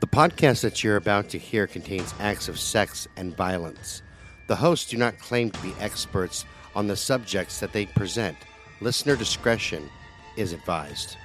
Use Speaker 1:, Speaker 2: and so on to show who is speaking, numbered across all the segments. Speaker 1: The podcast that you're about to hear contains acts of sex and violence. The hosts do not claim to be experts on the subjects that they present. Listener discretion is advised.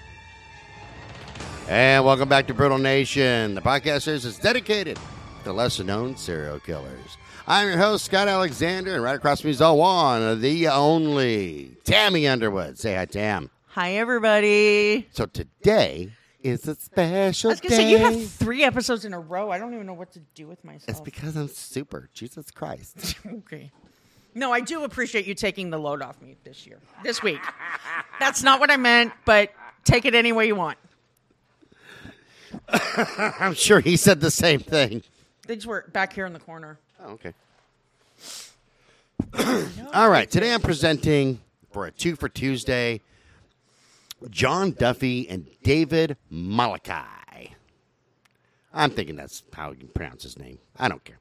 Speaker 1: And welcome back to Brutal Nation. The podcast series is dedicated to lesser known serial killers. I'm your host, Scott Alexander, and right across from me is the one, the only Tammy Underwood. Say hi, Tam.
Speaker 2: Hi, everybody.
Speaker 1: So today is a special
Speaker 2: I was gonna say you
Speaker 1: day.
Speaker 2: have three episodes in a row. I don't even know what to do with
Speaker 1: It's
Speaker 2: myself.
Speaker 1: because I'm super. Jesus Christ.
Speaker 2: okay. No, I do appreciate you taking the load off me this year, this week. That's not what I meant, but take it any way you want.
Speaker 1: I'm sure he said the same thing.
Speaker 2: Things were back here in the corner.
Speaker 1: Oh, okay. All right. Today I'm presenting for a two for Tuesday John Duffy and David Malachi. I'm thinking that's how you pronounce his name. I don't care.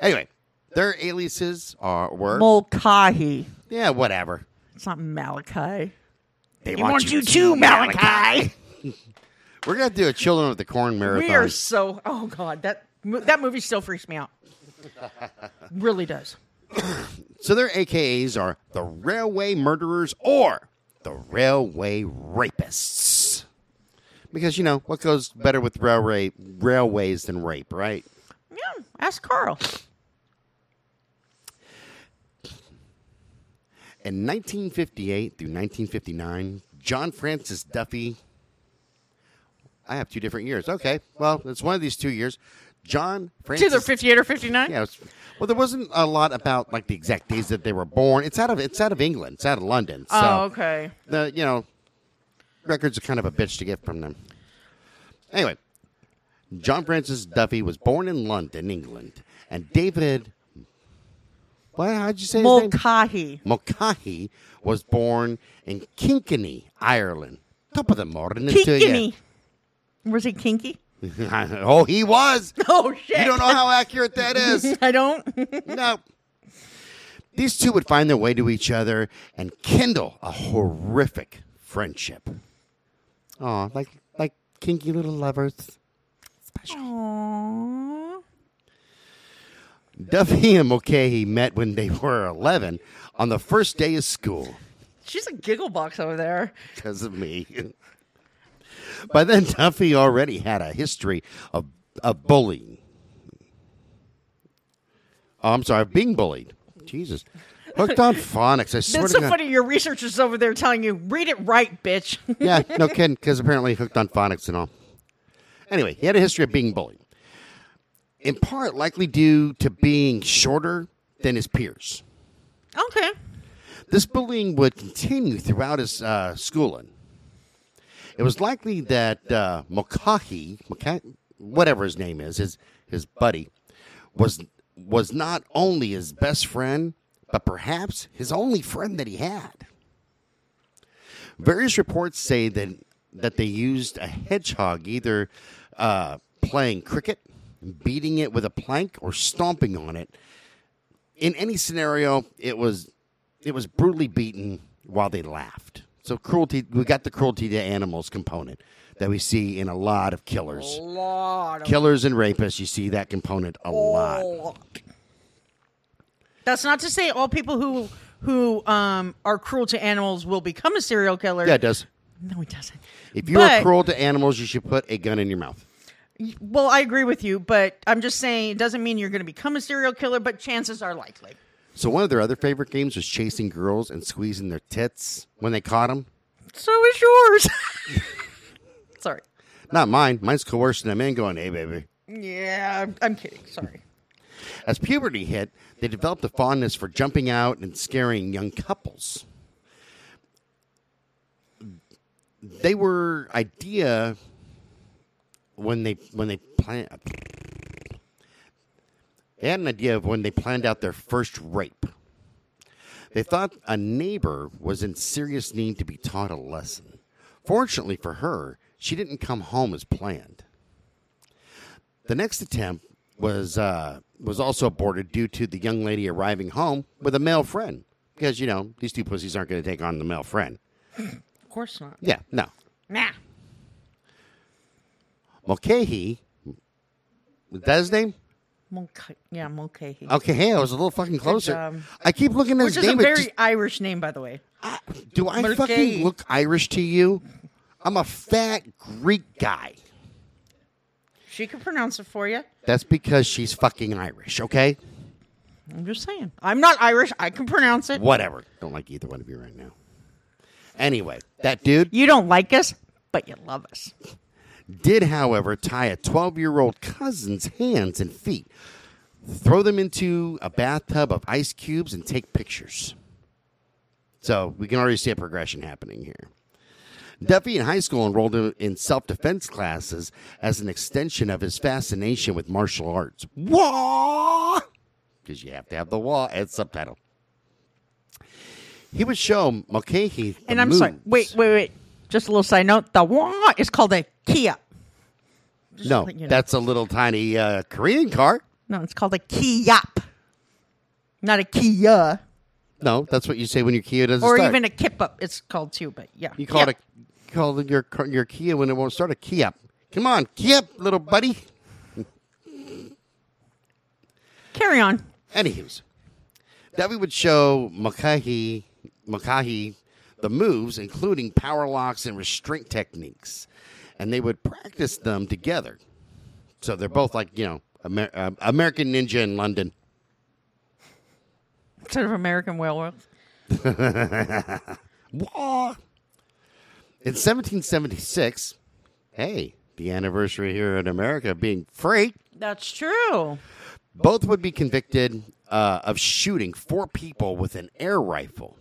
Speaker 1: Anyway, their aliases are were
Speaker 2: Molkahi.
Speaker 1: yeah, whatever.
Speaker 2: It's not Malachi.
Speaker 1: They
Speaker 2: He wants you too, Malachi.
Speaker 1: We're gonna do a Children of the Corn marathon.
Speaker 2: We are so. Oh God, that mo- that movie still freaks me out. really does.
Speaker 1: So their AKAs are the Railway Murderers or the Railway Rapists. Because you know what goes better with railway railways than rape, right?
Speaker 2: Yeah, ask Carl.
Speaker 1: In 1958 through 1959, John Francis Duffy. I have two different years. Okay, well, it's one of these two years. John
Speaker 2: It's either
Speaker 1: Francis.
Speaker 2: fifty-eight or fifty-nine.
Speaker 1: Yeah, it was- well, there wasn't a lot about like the exact days that they were born. It's out of it's out of England. It's out of London. So.
Speaker 2: Oh, okay.
Speaker 1: the you know records are kind of a bitch to get from them. Anyway, John Francis Duffy was born in London, England, and David. What? How'd you say his name?
Speaker 2: Molkahi.
Speaker 1: Mulcahy was born in Kilkenny, Ireland. Top of the morning to
Speaker 2: Kinky.
Speaker 1: you.
Speaker 2: Was he kinky?
Speaker 1: oh, he was.
Speaker 2: Oh shit!
Speaker 1: You don't know how accurate that is.
Speaker 2: I don't.
Speaker 1: No. These two would find their way to each other and kindle a horrific friendship. Aw, like like kinky little lovers.
Speaker 2: Aw.
Speaker 1: Duffy and Mulcahy met when they were 11 on the first day of school
Speaker 2: She's a giggle box over there.
Speaker 1: because of me. By then, Duffy already had a history of, of bullying. Oh, I'm sorry, of being bullied. Jesus. Hooked on phonics. I swear
Speaker 2: That's
Speaker 1: to
Speaker 2: so
Speaker 1: God.
Speaker 2: funny. Your researchers over there telling you, read it right, bitch.
Speaker 1: yeah, no kidding, because apparently hooked on phonics and all. Anyway, he had a history of being bullied, in part likely due to being shorter than his peers.
Speaker 2: okay.
Speaker 1: This bullying would continue throughout his uh, schooling. It was likely that uh, Mukaki, Muka- whatever his name is, his his buddy, was was not only his best friend, but perhaps his only friend that he had. Various reports say that that they used a hedgehog, either uh, playing cricket, beating it with a plank, or stomping on it. In any scenario, it was it was brutally beaten while they laughed. So cruelty, we got the cruelty to animals component that we see in a lot of killers,
Speaker 2: Lot of
Speaker 1: killers and rapists. You see that component a lot.
Speaker 2: Oh. That's not to say all people who who um, are cruel to animals will become a serial killer.
Speaker 1: Yeah, it does.
Speaker 2: No, it doesn't.
Speaker 1: If you are
Speaker 2: But-
Speaker 1: cruel to animals, you should put a gun in your mouth.
Speaker 2: Well, I agree with you, but I'm just saying it doesn't mean you're going to become a serial killer, but chances are likely.
Speaker 1: So one of their other favorite games was chasing girls and squeezing their tits when they caught them.
Speaker 2: So is yours. Sorry.
Speaker 1: Not mine. Mine's coercing them in, going, "Hey, baby."
Speaker 2: Yeah, I'm- I'm kidding. Sorry.
Speaker 1: As puberty hit, they developed a fondness for jumping out and scaring young couples. They were idea when they when they plan. They had an idea of when they planned out their first rape. They thought a neighbor was in serious need to be taught a lesson. Fortunately for her, she didn't come home as planned. The next attempt was uh, was also aborted due to the young lady arriving home with a male friend because you know these two pussies aren't going to take on the male friend.
Speaker 2: Of course not.
Speaker 1: Yeah, no.
Speaker 2: Nah.
Speaker 1: Mulcahy Is that his name?
Speaker 2: Mulca- yeah, Mulcahy.
Speaker 1: Okay, hey, I was a little fucking closer.
Speaker 2: um,
Speaker 1: I keep looking at
Speaker 2: Which
Speaker 1: his
Speaker 2: is a
Speaker 1: name. it
Speaker 2: very
Speaker 1: just-
Speaker 2: Irish name, by the way.
Speaker 1: do I fucking
Speaker 2: Mulcahy.
Speaker 1: look Irish to you? I'm a fat Greek guy.
Speaker 2: She could pronounce it for you.
Speaker 1: That's because she's fucking Irish, okay?
Speaker 2: I'm just saying. I'm not Irish. I can pronounce it.
Speaker 1: Whatever. Don't like either one of you right now. Anyway, that dude
Speaker 2: You don't like us, but you love us.
Speaker 1: did, however, tie a 12 year old cousin's hands and feet, throw them into a bathtub of ice cubes, and take pictures. So we can already see a progression happening here. Duffy in high school enrolled in- in self defense classes as an extension of his fascination with martial arts. Wah! Because you have to have the wah and subtitle. He would show Mulcahy. the
Speaker 2: And I'm sorry.
Speaker 1: moves.
Speaker 2: Wait, wait, wait. Just a little side note. The wah is called a Kia.
Speaker 1: No,
Speaker 2: let you know.
Speaker 1: that's a little tiny uh, Korean car.
Speaker 2: No, it's called a Kiap. Not a Kia.
Speaker 1: No, that's what you say when your Kia doesn't
Speaker 2: Or
Speaker 1: start.
Speaker 2: even a Kip up. It's called too, but yeah.
Speaker 1: you call it a, you call it your car- your Kia when it won't start a Kia. Come on, Kia, little buddy.
Speaker 2: a. Carry on.
Speaker 1: Anywho's, that we would show Makahi Makahi the moves, including power locks and restraint techniques, and they would practice them together. So they're both like you know Amer- uh, American Ninja in London.
Speaker 2: Instead of American Railroads.
Speaker 1: Wah! In 1776, hey, the anniversary here in America of being free,
Speaker 2: That's true.
Speaker 1: both would be convicted uh, of shooting four people with an air rifle.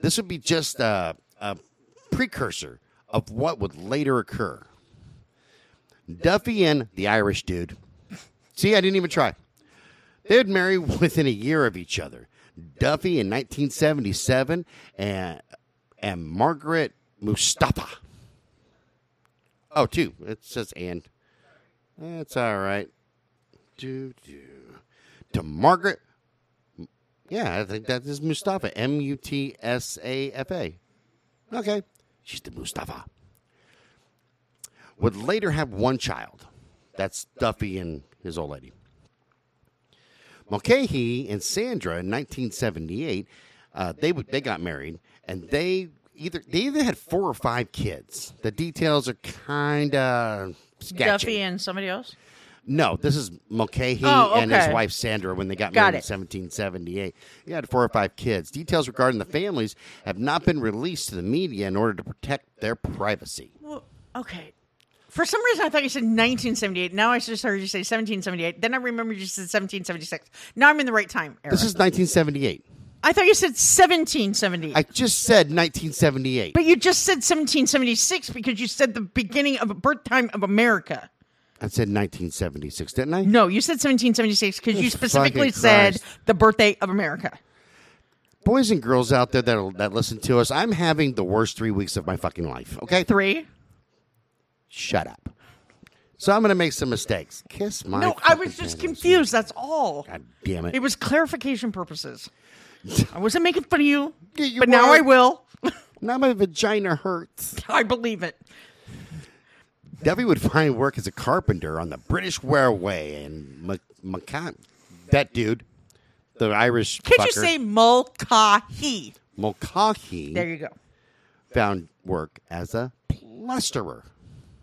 Speaker 1: This would be just a, a precursor of what would later occur. Duffy and the Irish dude. See, I didn't even try. They would marry within a year of each other. Duffy in 1977 and, and Margaret Mustafa. Oh, two. It says and. That's all right. Do, do. To Margaret. Yeah, I think that is Mustafa. M U T S A F A. Okay. She's the Mustafa. Would later have one child. That's Duffy and his old lady. Mulcahy and Sandra in 1978, uh, they would they got married, and they either they either had four or five kids. The details are kind of sketchy.
Speaker 2: Duffy and somebody else.
Speaker 1: No, this is Mulcahy
Speaker 2: Oh,
Speaker 1: and his
Speaker 2: okay.
Speaker 1: wife Sandra when they got,
Speaker 2: Got
Speaker 1: married
Speaker 2: it.
Speaker 1: in 1778. They had four or five kids. Details regarding the families have not been released to the media in order to protect their privacy.
Speaker 2: Well, okay. For some reason, I thought you said 1978. Now I just heard you say 1778. Then I remembered you said 1776. Now I'm in the right time era.
Speaker 1: This is 1978.
Speaker 2: I thought you said 1778.
Speaker 1: I just said 1978.
Speaker 2: but you just said 1776 because you said the beginning of a birth time of America.
Speaker 1: I said 1976, didn't I?
Speaker 2: No, you said 1776 because you specifically
Speaker 1: Oh, fucking
Speaker 2: said
Speaker 1: Christ.
Speaker 2: the birthday of America.
Speaker 1: Boys and girls out there that that listen to us, I'm having the worst three weeks of my fucking life. Okay,
Speaker 2: Three.
Speaker 1: shut up. So I'm gonna make some mistakes. Kiss my.
Speaker 2: No, I
Speaker 1: fucking
Speaker 2: was just
Speaker 1: panties.
Speaker 2: confused. That's all.
Speaker 1: God damn it.
Speaker 2: It was clarification purposes. I wasn't making fun of you,
Speaker 1: Yeah, you
Speaker 2: but now
Speaker 1: were.
Speaker 2: I will.
Speaker 1: now my vagina hurts.
Speaker 2: I believe it.
Speaker 1: Debbie would find work as a carpenter on the British Railway, and Mac- Maca- that dude, the Irish
Speaker 2: Could
Speaker 1: fucker,
Speaker 2: you say Mulcahy?
Speaker 1: Mulcahy,
Speaker 2: There you go.
Speaker 1: Mm. found work as a plasterer.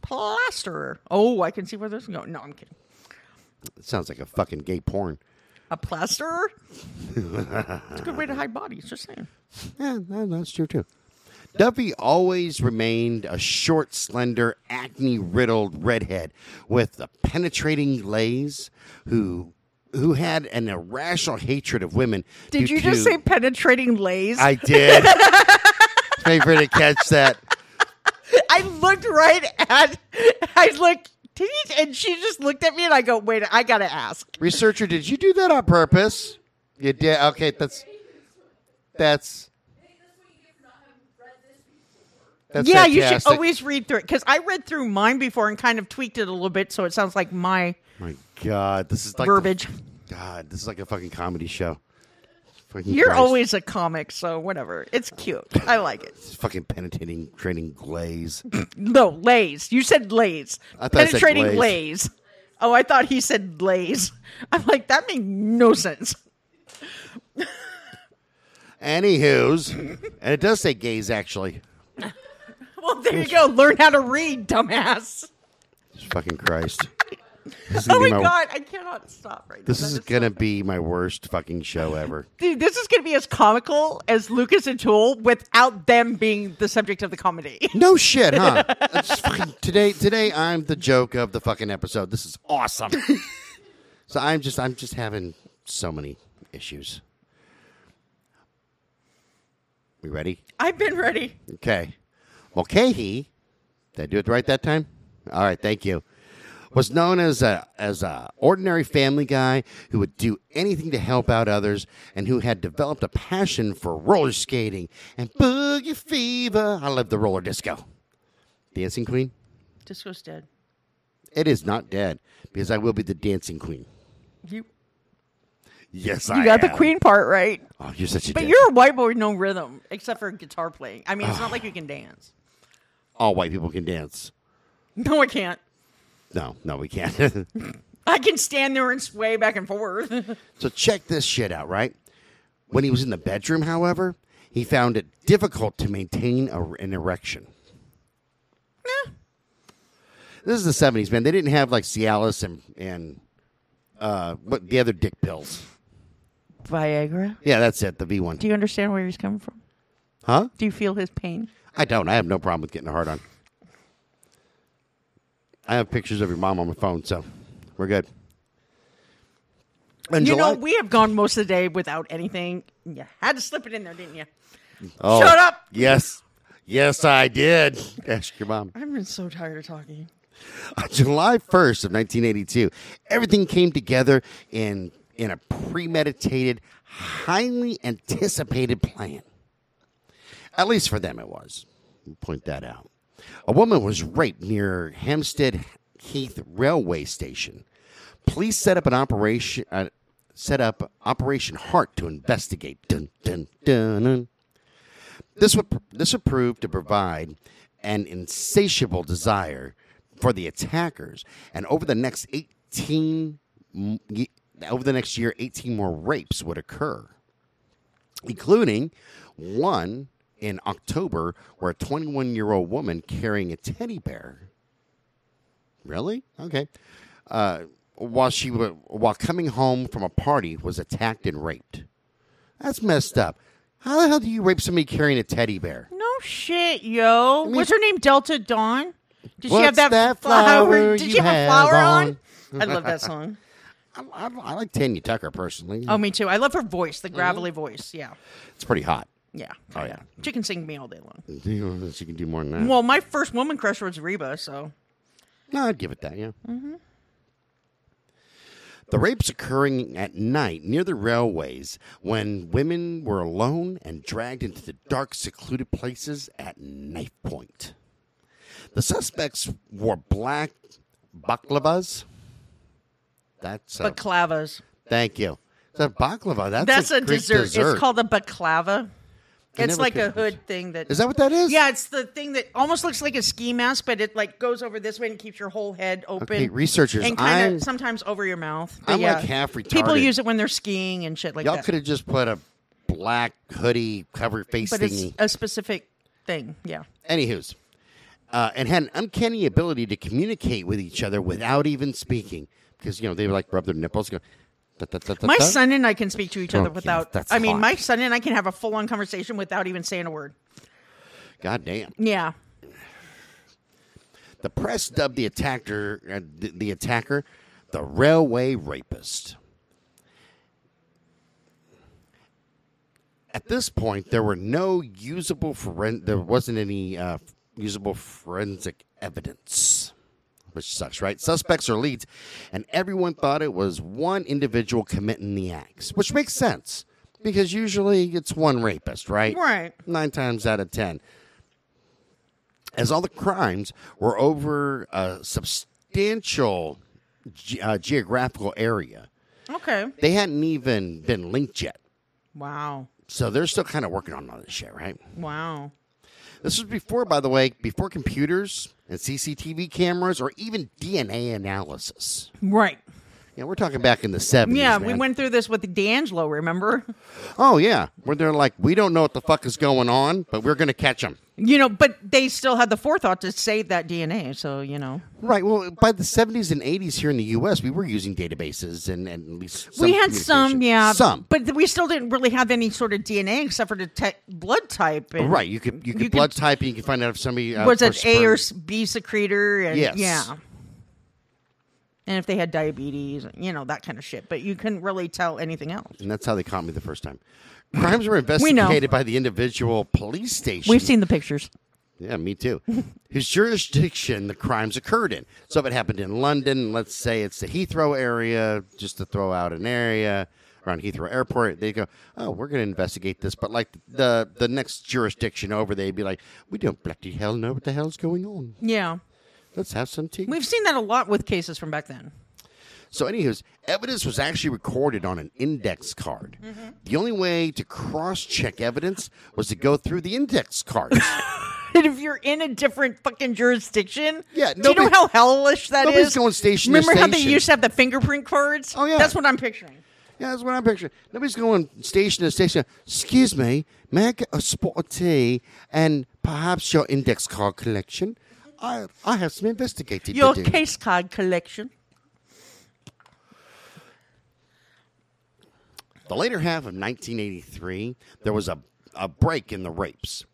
Speaker 2: Plasterer. Oh, I can see where this is going. No, I'm kidding.
Speaker 1: It sounds like a fucking gay porn.
Speaker 2: A plasterer? It's a good way to hide bodies, just saying.
Speaker 1: Yeah, no, that's true too. Duffy always remained a short, slender, acne-riddled redhead with a penetrating glaze, who who had an irrational hatred of women.
Speaker 2: Did
Speaker 1: due
Speaker 2: you just
Speaker 1: to-
Speaker 2: say penetrating lays?
Speaker 1: I did. Favor to catch that.
Speaker 2: I looked right at I looked did he, and she just looked at me and I go, wait, I gotta ask.
Speaker 1: Researcher, did you do that on purpose? You did. Okay, that's that's that's
Speaker 2: yeah, you should
Speaker 1: fantastic.
Speaker 2: always read through it. Because I read through mine before and kind of tweaked it a little bit so it sounds like my
Speaker 1: My God, this is like the-
Speaker 2: verbiage.
Speaker 1: God, this is like a fucking comedy show. Fucking
Speaker 2: You're
Speaker 1: Christ.
Speaker 2: always a comic, so whatever. It's cute. I like it.
Speaker 1: This fucking penetrating, training glaze.
Speaker 2: No, lays. You said lays.
Speaker 1: I thought I said
Speaker 2: Penetrating
Speaker 1: glaze.
Speaker 2: lays. Oh, I thought he said Lays. I'm like, that made no sense.
Speaker 1: Anywho's, and it does say gays actually.
Speaker 2: Well, there you go. Learn how to read, dumbass.
Speaker 1: Fucking Christ. This is
Speaker 2: Oh
Speaker 1: gonna
Speaker 2: my
Speaker 1: be
Speaker 2: god, I cannot stop right
Speaker 1: This
Speaker 2: now.
Speaker 1: is
Speaker 2: That
Speaker 1: gonna be my worst fucking show ever.
Speaker 2: Dude, this is going to be as comical as Lucas and Tool without them being the subject of the comedy.
Speaker 1: No shit, huh? That's fucking, today, today I'm the joke of the fucking episode. This is awesome. so I'm just, I'm just having so many issues. We ready?
Speaker 2: I've been ready.
Speaker 1: Okay. Well, Mulcahy, did I do it right that time? All right, thank you. Was known as a as a ordinary family guy who would do anything to help out others, and who had developed a passion for roller skating and boogie fever. I love the roller disco, dancing queen.
Speaker 2: Disco's dead.
Speaker 1: It is not dead because I will be the dancing queen.
Speaker 2: You,
Speaker 1: Yes,
Speaker 2: you
Speaker 1: I
Speaker 2: got the
Speaker 1: am.
Speaker 2: queen part right.
Speaker 1: Oh, you're such a.
Speaker 2: But
Speaker 1: dick.
Speaker 2: you're a white boy with no rhythm except for guitar playing. I mean, it's not like you can dance.
Speaker 1: all white people can dance.
Speaker 2: No, I can't.
Speaker 1: No, no, we can't.
Speaker 2: I can stand there and sway back and forth.
Speaker 1: So check this shit out, right? When he was in the bedroom, however, he found it difficult to maintain a, an erection.
Speaker 2: Eh.
Speaker 1: This is the 70s, man. They didn't have like Cialis and, and uh, what the other dick pills.
Speaker 2: Viagra.
Speaker 1: Yeah, that's it, the V1.
Speaker 2: Do you understand where he's coming from?
Speaker 1: Huh?
Speaker 2: Do you feel his pain?
Speaker 1: I don't. I have no problem with getting a hard on. I have pictures of your mom on my phone, so we're good. In
Speaker 2: You
Speaker 1: July-
Speaker 2: know, we have gone most of the day without anything. You had to slip it in there, didn't you?
Speaker 1: Oh,
Speaker 2: Shut up!
Speaker 1: Yes. Yes, I did. Ask your mom.
Speaker 2: I've been so tired of talking.
Speaker 1: On July 1st of 1982, everything came together in in a premeditated, highly anticipated plan. At least for them it was. Point that out. A woman was raped near Hempstead Heath railway station. Police set up an operation uh, set up Operation Heart to investigate. Dun, dun, dun, dun. This would this would prove to provide an insatiable desire for the attackers, and over the next eighteen m- ye- over the next year, eighteen more rapes would occur, including one in October, where a twenty-one year old woman carrying a teddy bear. Really? Okay. Uh, while she wa while coming home from a party, was attacked and raped. That's messed up. How the hell do you rape somebody carrying a teddy bear?
Speaker 2: No shit, yo.
Speaker 1: mean-
Speaker 2: What's her name? Delta Dawn. Did she
Speaker 1: What's
Speaker 2: have that,
Speaker 1: that flower
Speaker 2: Did
Speaker 1: you
Speaker 2: she have, a
Speaker 1: have
Speaker 2: flower
Speaker 1: on?
Speaker 2: on? I love that song.
Speaker 1: I, I, I like Tanya Tucker personally.
Speaker 2: Oh, me too. I love her voice, the gravelly voice. Yeah,
Speaker 1: It's pretty hot.
Speaker 2: yeah.
Speaker 1: Oh,
Speaker 2: kinda. She can sing me all day long.
Speaker 1: She can do more than that.
Speaker 2: Well, my first woman crush was Reba, so
Speaker 1: No, I'd give it that, yeah.
Speaker 2: mm-hmm.
Speaker 1: The rapes occurring at night near the railways when women were alone and dragged into the dark, secluded places at knife point. The suspects wore black baklavas. That's a,
Speaker 2: baklavas.
Speaker 1: thank you. Is that baklava? That's,
Speaker 2: That's
Speaker 1: a,
Speaker 2: a,
Speaker 1: Greek
Speaker 2: dessert. It's called a baklava.
Speaker 1: I
Speaker 2: It's
Speaker 1: never
Speaker 2: like a
Speaker 1: could-
Speaker 2: hood thing that
Speaker 1: Is that what that is?
Speaker 2: Yeah, it's the thing that almost looks like a ski mask, but it like goes over this way and keeps your whole head open.
Speaker 1: Okay, researchers,
Speaker 2: and kind
Speaker 1: I'm-
Speaker 2: of sometimes over your mouth.
Speaker 1: I'm,
Speaker 2: But
Speaker 1: like, half
Speaker 2: People
Speaker 1: retarded.
Speaker 2: use it when they're skiing and shit like
Speaker 1: Y'all
Speaker 2: that.
Speaker 1: could have just put a black hoodie cover face
Speaker 2: but
Speaker 1: thingy.
Speaker 2: it's a specific thing. Yeah.
Speaker 1: Anywho's. Uh, and had an uncanny ability to communicate with each other without even speaking. Because, you know, they would like rub their nipples. Go, "Da, da, da, da,
Speaker 2: My
Speaker 1: da."
Speaker 2: son and I can speak to each other
Speaker 1: Oh, yeah,
Speaker 2: without.
Speaker 1: that's
Speaker 2: I mean,
Speaker 1: hot.
Speaker 2: my son and I can have a full on conversation without even saying a word.
Speaker 1: God damn.
Speaker 2: Yeah.
Speaker 1: The press dubbed the attacker, uh, the, the attacker the railway rapist. At this point, there were no usable foren- there wasn't any uh, usable forensic evidence, which sucks, right? Suspects or leads, and everyone thought it was one individual committing the acts, which makes sense because usually it's one rapist, right?
Speaker 2: Right.
Speaker 1: Nine times out of ten as all the crimes were over a substantial ge- uh, geographical area.
Speaker 2: Okay.
Speaker 1: They hadn't even been linked yet.
Speaker 2: Wow.
Speaker 1: So they're still kind of working on all this shit, right?
Speaker 2: Wow.
Speaker 1: This was before, by the way, before computers and CCTV cameras or even DNA analysis.
Speaker 2: Right.
Speaker 1: Yeah, we're talking back in the 70s.
Speaker 2: Yeah, we
Speaker 1: man.
Speaker 2: went through this with D'Angelo, remember?
Speaker 1: Oh, yeah. Where they're like, we don't know what the fuck is going on, but we're going to catch them.
Speaker 2: You know, but they still had the forethought to save that DNA, so, you know.
Speaker 1: Right. Well, by the 70s and 80s here in the U.S., we were using databases and, and at least some
Speaker 2: we had some,
Speaker 1: communication.
Speaker 2: yeah.
Speaker 1: Some.
Speaker 2: But th- we still didn't really have any sort of DNA except for the te- blood type. And
Speaker 1: right. You could you could
Speaker 2: you could-
Speaker 1: blood type and you could find out if somebody uh,
Speaker 2: Was it
Speaker 1: for
Speaker 2: A or
Speaker 1: sperm.
Speaker 2: s- B secretor? And,
Speaker 1: Yes.
Speaker 2: Yeah. And if they had diabetes, you know, that kind of shit. But you couldn't really tell anything else.
Speaker 1: And that's how they caught me the first time. Crimes were
Speaker 2: know.
Speaker 1: investigated by the individual police station.
Speaker 2: We've seen the pictures.
Speaker 1: Yeah, me too. Whose jurisdiction the crimes occurred in. So if it happened in London, let's say it's the Heathrow area, just to throw out an area around Heathrow Airport, they go, oh, we're going to investigate this. But like the the next jurisdiction over, they'd be like, we don't bloody hell know what the hell's going on.
Speaker 2: Yeah.
Speaker 1: Let's have some tea.
Speaker 2: We've seen that a lot with cases from back then.
Speaker 1: So, anywho's evidence was actually recorded on an index card. The only way to cross check evidence was to go through the index cards.
Speaker 2: And if you're in a different fucking jurisdiction,
Speaker 1: Yeah,
Speaker 2: do you know
Speaker 1: nobody-
Speaker 2: how hellish that is?
Speaker 1: nobody's going station to
Speaker 2: Remember how they
Speaker 1: station.
Speaker 2: used to have the fingerprint cards?
Speaker 1: Oh, yeah.
Speaker 2: that's what I'm picturing.
Speaker 1: yeah, that's what I'm picturing. Nobody's going station to station. Excuse me, may I get a spot of tea and perhaps your index card collection? I, I have some investigating
Speaker 2: Your
Speaker 1: to do.
Speaker 2: case card collection.
Speaker 1: The later half of 1983, there was a, a break in the rapes.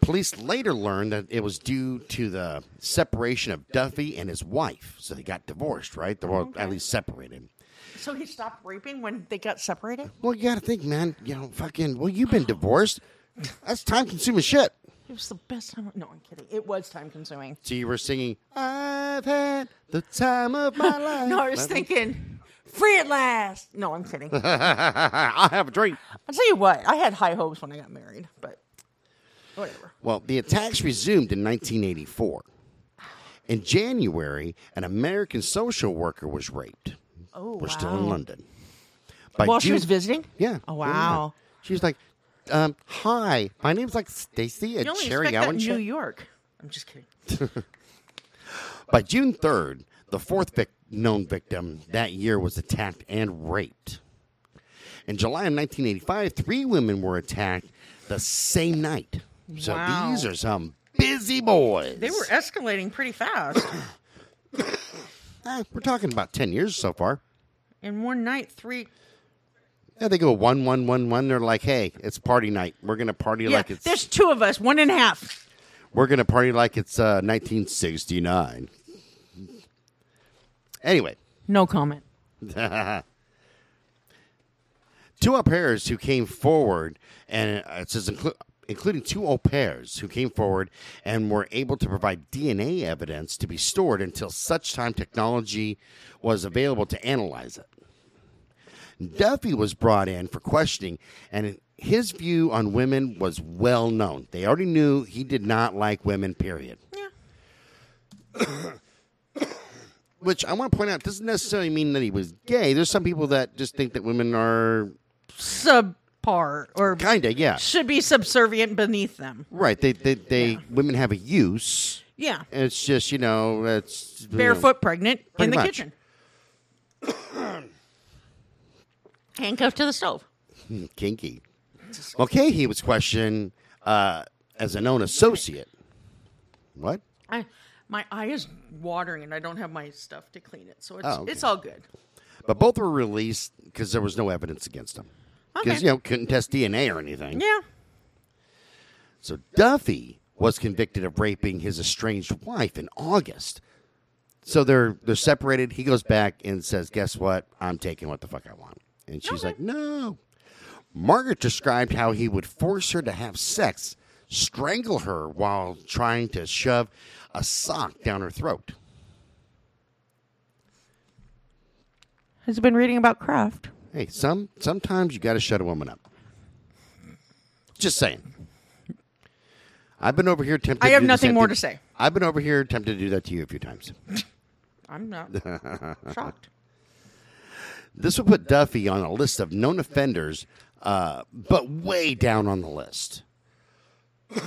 Speaker 1: Police later learned that it was due to the separation of Duffy and his wife. So they got divorced, right? They were at least separated.
Speaker 2: So he stopped raping when they got separated.
Speaker 1: Well, you got to think, man. You know, fucking. Well, you've been divorced. That's time consuming shit.
Speaker 2: It was the best time. No, I'm kidding. It was time consuming.
Speaker 1: So you were singing, I've had the time of my life.
Speaker 2: No, I was thinking, free at last. No, I'm kidding. I'll
Speaker 1: I'll have a drink.
Speaker 2: tell you what. I had high hopes when I got married, but whatever.
Speaker 1: Well, the attacks resumed in 1984. In January, an American social worker was raped.
Speaker 2: Oh,
Speaker 1: We're still in
Speaker 2: wow.
Speaker 1: London. By
Speaker 2: While she
Speaker 1: Ju-
Speaker 2: was visiting.
Speaker 1: Yeah.
Speaker 2: Oh
Speaker 1: yeah.
Speaker 2: wow.
Speaker 1: She was like, um, hi, my name's like Stacy
Speaker 2: You
Speaker 1: and
Speaker 2: only
Speaker 1: Sherry
Speaker 2: expect that in
Speaker 1: Owen.
Speaker 2: New
Speaker 1: shit."
Speaker 2: York. I'm just kidding.
Speaker 1: By June 3rd, the fourth vic- known victim that year was attacked and raped. In July of 1985, three women were attacked the same night. So
Speaker 2: Wow.
Speaker 1: these are some busy boys.
Speaker 2: They were escalating pretty fast.
Speaker 1: Eh, we're talking about 10 years so far.
Speaker 2: In one night, three.
Speaker 1: Yeah, they go one, one, one, one. They're like, hey, it's party night. We're going to party
Speaker 2: Yeah,
Speaker 1: like it's.
Speaker 2: there's two of us, one and a half.
Speaker 1: We're gonna party like it's uh, 1969. Anyway,
Speaker 2: No comment.
Speaker 1: two au pairs who came forward, and uh, it says inclu- including two au pairs who came forward and were able to provide DNA evidence to be stored until such time technology was available to analyze it. Duffy was brought in for questioning, and his view on women was well known. They already knew he did not like women. Period.
Speaker 2: Yeah.
Speaker 1: which I want to point out doesn't necessarily mean that he was gay. There's some people that just think that women are
Speaker 2: Subpar or
Speaker 1: kinda, yeah,
Speaker 2: should be subservient beneath them.
Speaker 1: right. They they, they women have a use.
Speaker 2: Yeah.
Speaker 1: And it's just you know it's you know,
Speaker 2: Barefoot, pregnant,
Speaker 1: Pretty
Speaker 2: in the
Speaker 1: much.
Speaker 2: kitchen. Handcuffed to the stove.
Speaker 1: kinky. Okay, he was questioned uh, as a known associate. What?
Speaker 2: I, my eye is watering and I don't have my stuff to clean it. So it's,
Speaker 1: Oh, okay.
Speaker 2: it's all good.
Speaker 1: But both were released because there was no evidence against them. Because
Speaker 2: Okay.
Speaker 1: you know couldn't test DNA or anything.
Speaker 2: Yeah.
Speaker 1: So Duffy was convicted of raping his estranged wife in August. So they're they're separated. He goes back and says, "Guess what? I'm taking what the fuck I want." And she's like, "No." Margaret described how he would force her to have sex, strangle her while trying to shove a sock down her throat.
Speaker 2: Has been reading about craft.
Speaker 1: Hey, some sometimes you got to shut a woman up. Just saying. I've been over here tempted.
Speaker 2: I have
Speaker 1: do the
Speaker 2: nothing
Speaker 1: same
Speaker 2: more
Speaker 1: thing-
Speaker 2: to say.
Speaker 1: I've been over here tempted to do that to you a few times.
Speaker 2: I'm not shocked.
Speaker 1: This would put Duffy on a list of known offenders, uh, but way down on the list.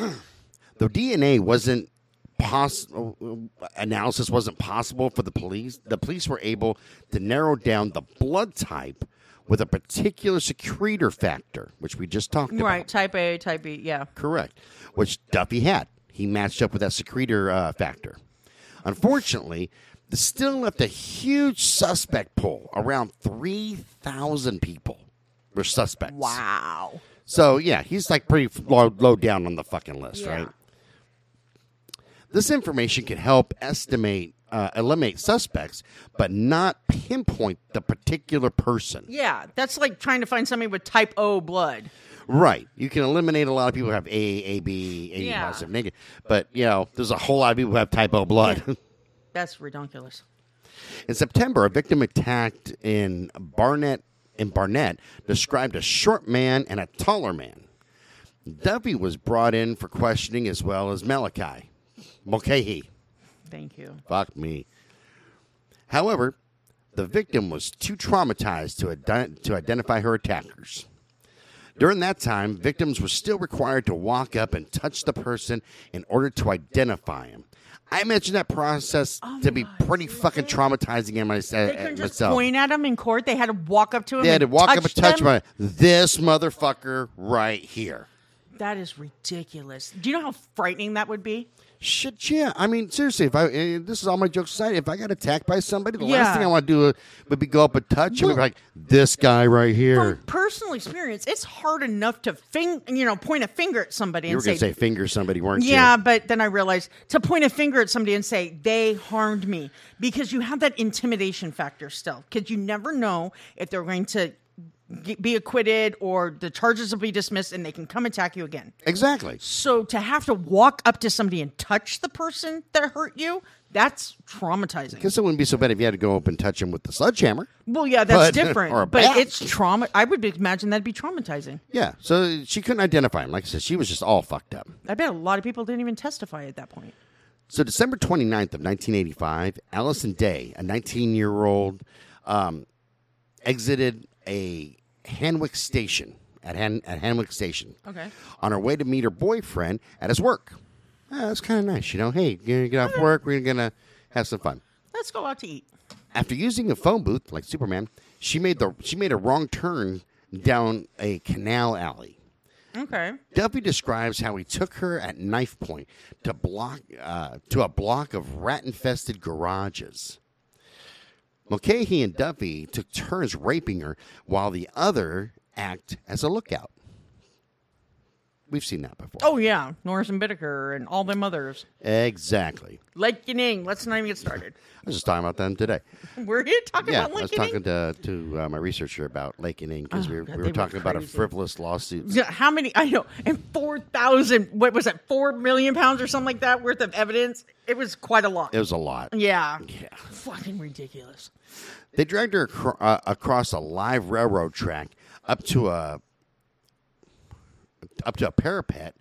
Speaker 1: The DNA wasn't possible. Analysis wasn't possible for the police. The police were able to narrow down the blood type with a particular secretor factor, which we just talked about.
Speaker 2: Right. Type A, type B. Yeah.
Speaker 1: Correct. Which Duffy had. He matched up with that secretor uh, factor. Unfortunately, this still left a huge suspect pool. Around 3,000 people were suspects.
Speaker 2: Wow.
Speaker 1: So, yeah, he's like pretty f- low, low down on the fucking list,
Speaker 2: Yeah.
Speaker 1: right? This information could help estimate, uh, eliminate suspects, but not pinpoint the particular person.
Speaker 2: Yeah. That's like trying to find somebody with type O blood.
Speaker 1: Right. You can eliminate a lot of people who have A, A, B, A,
Speaker 2: Yeah.
Speaker 1: positive, negative. But, you know, there's a whole lot of people who have type O blood.
Speaker 2: That's ridiculous.
Speaker 1: in September, a victim attacked in Barnett in Barnett described a short man and a taller man. Duffy was brought in for questioning as well as Malachi. Mulcahy.
Speaker 2: Thank you.
Speaker 1: Fuck me. However, the victim was too traumatized to, iden- to identify her attackers. During that time, victims were still required to walk up and touch the person in order to identify him. I imagine that process to be pretty fucking traumatizing in my,
Speaker 2: Oh They couldn't just
Speaker 1: myself.
Speaker 2: point at him in court. They had to walk up to him.
Speaker 1: Eh, they had to
Speaker 2: and
Speaker 1: walk up and touch
Speaker 2: them?
Speaker 1: my, this motherfucker right here.
Speaker 2: That is ridiculous. Do you know how frightening that would be?
Speaker 1: Shit, yeah. I mean, seriously, if I eh, this is all my jokes aside, if I got attacked by somebody, the
Speaker 2: Yeah.
Speaker 1: last thing I want to do uh, would be go up and touch him. and be Like this guy right
Speaker 2: From
Speaker 1: here.
Speaker 2: personal experience, it's hard enough to fing, you know, point a finger at somebody
Speaker 1: You
Speaker 2: and
Speaker 1: were gonna
Speaker 2: say,
Speaker 1: say finger somebody, weren't
Speaker 2: "Yeah,"
Speaker 1: you?
Speaker 2: but then I realized to point a finger at somebody and say they harmed me because you have that intimidation factor still because you never know if they're going to g- be acquitted or the charges will be dismissed and they can come attack you again.
Speaker 1: Exactly.
Speaker 2: So to have to walk up to somebody and touch the person that hurt you, that's traumatizing.
Speaker 1: Guess it wouldn't be so bad if you had to go up and touch him with the sledgehammer.
Speaker 2: Well, yeah, that's
Speaker 1: But-
Speaker 2: different.
Speaker 1: or a
Speaker 2: but
Speaker 1: bat.
Speaker 2: it's trauma. I would imagine that'd be traumatizing.
Speaker 1: Yeah. So she couldn't identify him. Like I said, she was just all fucked up.
Speaker 2: I bet a lot of people didn't even testify at that point.
Speaker 1: So December 29th of 1985, Allison Day, a 19-year-old, um, exited a Hanwick station at, Han- at Hanwick station.
Speaker 2: Okay.
Speaker 1: On her way to meet her boyfriend at his work. Ah, that's kind of nice, you know. Hey, you're gonna get off work. We're gonna have some fun.
Speaker 2: Let's go out to eat.
Speaker 1: After using a phone booth like Superman, she made the she made a wrong turn down a canal alley.
Speaker 2: Okay.
Speaker 1: Duffy describes how he took her at knife point to block uh, to a block of rat-infested garages. Mulcahy and Duffy took turns raping her, while the other act as a lookout. We've seen that before.
Speaker 2: Oh yeah, Norris and Bittaker and all them others.
Speaker 1: exactly.
Speaker 2: Ling. Let's not even get started.
Speaker 1: I was just talking about them today.
Speaker 2: We're here talking
Speaker 1: Yeah, I
Speaker 2: about
Speaker 1: was talking
Speaker 2: Lincoln.
Speaker 1: to, to uh, my researcher about Lake and because we, were-
Speaker 2: God,
Speaker 1: we
Speaker 2: they
Speaker 1: were
Speaker 2: went
Speaker 1: talking about a
Speaker 2: crazy.
Speaker 1: frivolous lawsuit.
Speaker 2: How many? I know. And four thousand. What was it? Four million pounds or something like that worth of evidence. It was quite a lot.
Speaker 1: It was a lot.
Speaker 2: yeah.
Speaker 1: Yeah.
Speaker 2: Fucking ridiculous.
Speaker 1: They dragged her acro- uh, across a live railroad track up to a up to a parapet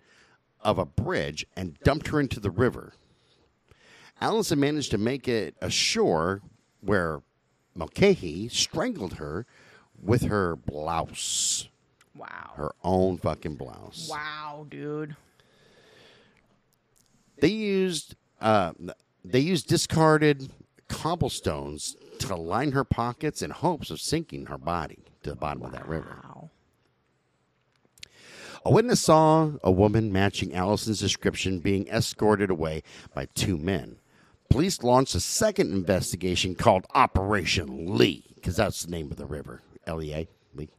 Speaker 1: of a bridge and dumped her into the river. Allison managed to make it ashore where Mulcahy strangled her with her blouse,
Speaker 2: Wow.
Speaker 1: her own fucking blouse.
Speaker 2: Wow, dude.
Speaker 1: They used uh, they used discarded cobblestones to line her pockets in hopes of sinking her body to the bottom of that river.
Speaker 2: Wow.
Speaker 1: A witness saw a woman matching Allison's description being escorted away by two men. Police launched a second investigation called Operation Lee, because that's the name of the river, L E A, Lee.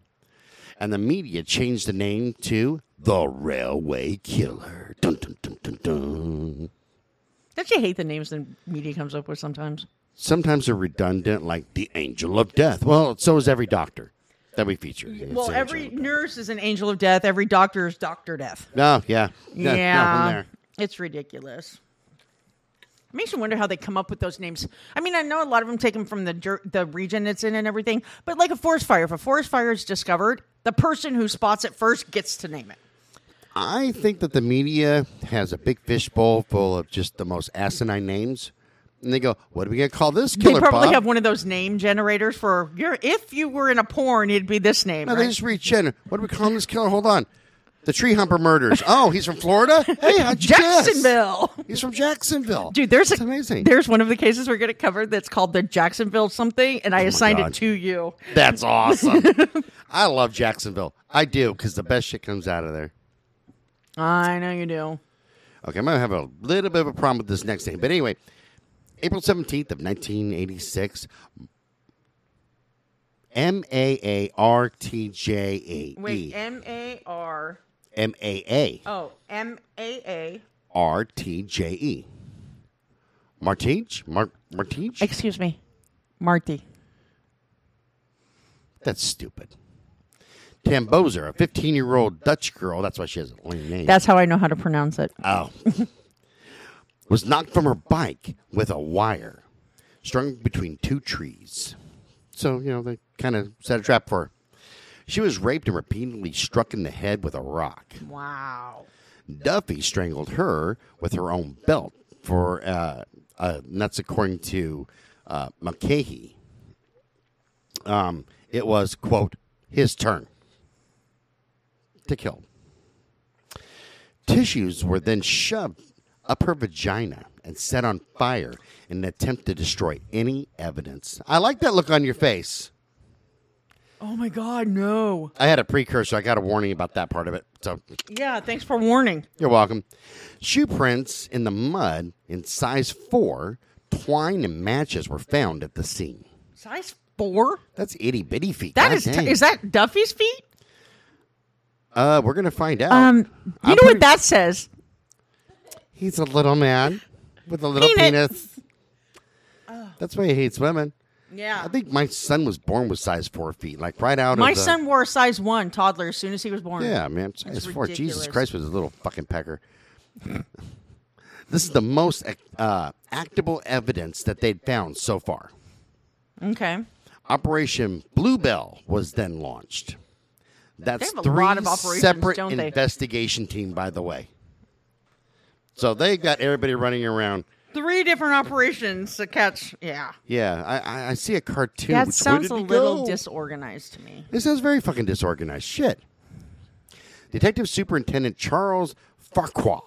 Speaker 1: And the media changed the name to The Railway Killer. Dun, dun, dun, dun, dun.
Speaker 2: Don't you hate the names the media comes up with sometimes?
Speaker 1: Sometimes they're redundant, like The Angel of Death. Well, so is every doctor that we feature. It's
Speaker 2: Well,
Speaker 1: the
Speaker 2: every
Speaker 1: Angel of-
Speaker 2: nurse is an angel of death. Every doctor is Doctor Death.
Speaker 1: No, yeah. No, no,
Speaker 2: Yeah,
Speaker 1: I'm there.
Speaker 2: it's ridiculous. It makes you wonder how they come up with those names. I mean, I know a lot of them take them from the jur- the region it's in and everything, but like a forest fire, if a forest fire is discovered, the person who spots it first gets to name it.
Speaker 1: I think that the media has a big fishbowl full of just the most asinine names. And they go, what are we going to call this killer,
Speaker 2: they probably
Speaker 1: Bob?
Speaker 2: have one of those name generators for your. If you were in a porn, it'd be this name.
Speaker 1: no,
Speaker 2: right?
Speaker 1: they just reach in. What are we calling this killer? Hold on. The tree humper murders. Oh, he's from Florida. Hey, how'd you guess?
Speaker 2: Jacksonville.
Speaker 1: He's from Jacksonville,
Speaker 2: Dude, there's
Speaker 1: That's
Speaker 2: a,
Speaker 1: amazing.
Speaker 2: There's one of the cases we're going to cover that's called the Jacksonville something, and I assigned
Speaker 1: Oh God.
Speaker 2: it to you.
Speaker 1: That's awesome. I love Jacksonville. I do because the best shit comes out of there.
Speaker 2: I know you do.
Speaker 1: Okay, I'm gonna have a little bit of a problem with this next thing, but anyway, April 17th of 1986, M A A R T J E
Speaker 2: Wait, eh. M A R.
Speaker 1: M A A
Speaker 2: Oh, M A A.
Speaker 1: R T J E. Martige, Mar- Martige.
Speaker 2: Excuse me, Marty.
Speaker 1: That's stupid. Tam Bozer, a 15 year old Dutch girl, that's why she has a lame name,
Speaker 2: That's how I know how to pronounce it.
Speaker 1: oh, was knocked from her bike with a wire strung between two trees. So, you know, they kind of set a trap for her. She was raped and repeatedly struck in the head with a rock.
Speaker 2: Wow.
Speaker 1: Duffy strangled her with her own belt for uh, uh, and that's according to uh, Mulcahy. Um, it was quote his turn to kill. Tissues were then shoved up her vagina and set on fire in an attempt to destroy any evidence. I like that look on your face.
Speaker 2: Oh my God, no.
Speaker 1: I had a precursor. I got a warning about that part of it. So
Speaker 2: Yeah, thanks for warning.
Speaker 1: You're welcome. Shoe prints in the mud in size four, twine and matches were found at the scene.
Speaker 2: Size four.
Speaker 1: That's itty bitty feet.
Speaker 2: That
Speaker 1: God
Speaker 2: is.
Speaker 1: dang.
Speaker 2: is that Duffy's feet?
Speaker 1: uh, we're gonna find out.
Speaker 2: Um, you
Speaker 1: I'm
Speaker 2: know
Speaker 1: pretty-
Speaker 2: what that says?
Speaker 1: He's a little man with a little
Speaker 2: Peanut.
Speaker 1: penis. That's why he hates women.
Speaker 2: Yeah.
Speaker 1: I think my son was born with size four feet, like right out
Speaker 2: My
Speaker 1: of the,
Speaker 2: son wore a size one toddler as soon as he was born.
Speaker 1: Yeah, man. Size four. Jesus
Speaker 2: ridiculous.
Speaker 1: Christ was a little fucking pecker. this is the most uh, actable evidence that they'd found so far.
Speaker 2: Okay.
Speaker 1: Operation Bluebell was then launched. That's
Speaker 2: They have a
Speaker 1: three
Speaker 2: lot of operations,
Speaker 1: separate
Speaker 2: don't they?
Speaker 1: investigation team, by the way. So they got everybody running around.
Speaker 2: Three different operations to catch. Yeah.
Speaker 1: Yeah, I, I, I see a cartoon.
Speaker 2: That
Speaker 1: Which way
Speaker 2: sounds
Speaker 1: did
Speaker 2: a
Speaker 1: we
Speaker 2: little
Speaker 1: go?
Speaker 2: disorganized to me.
Speaker 1: This sounds very fucking disorganized. Shit. Detective Superintendent Charles Farquhar,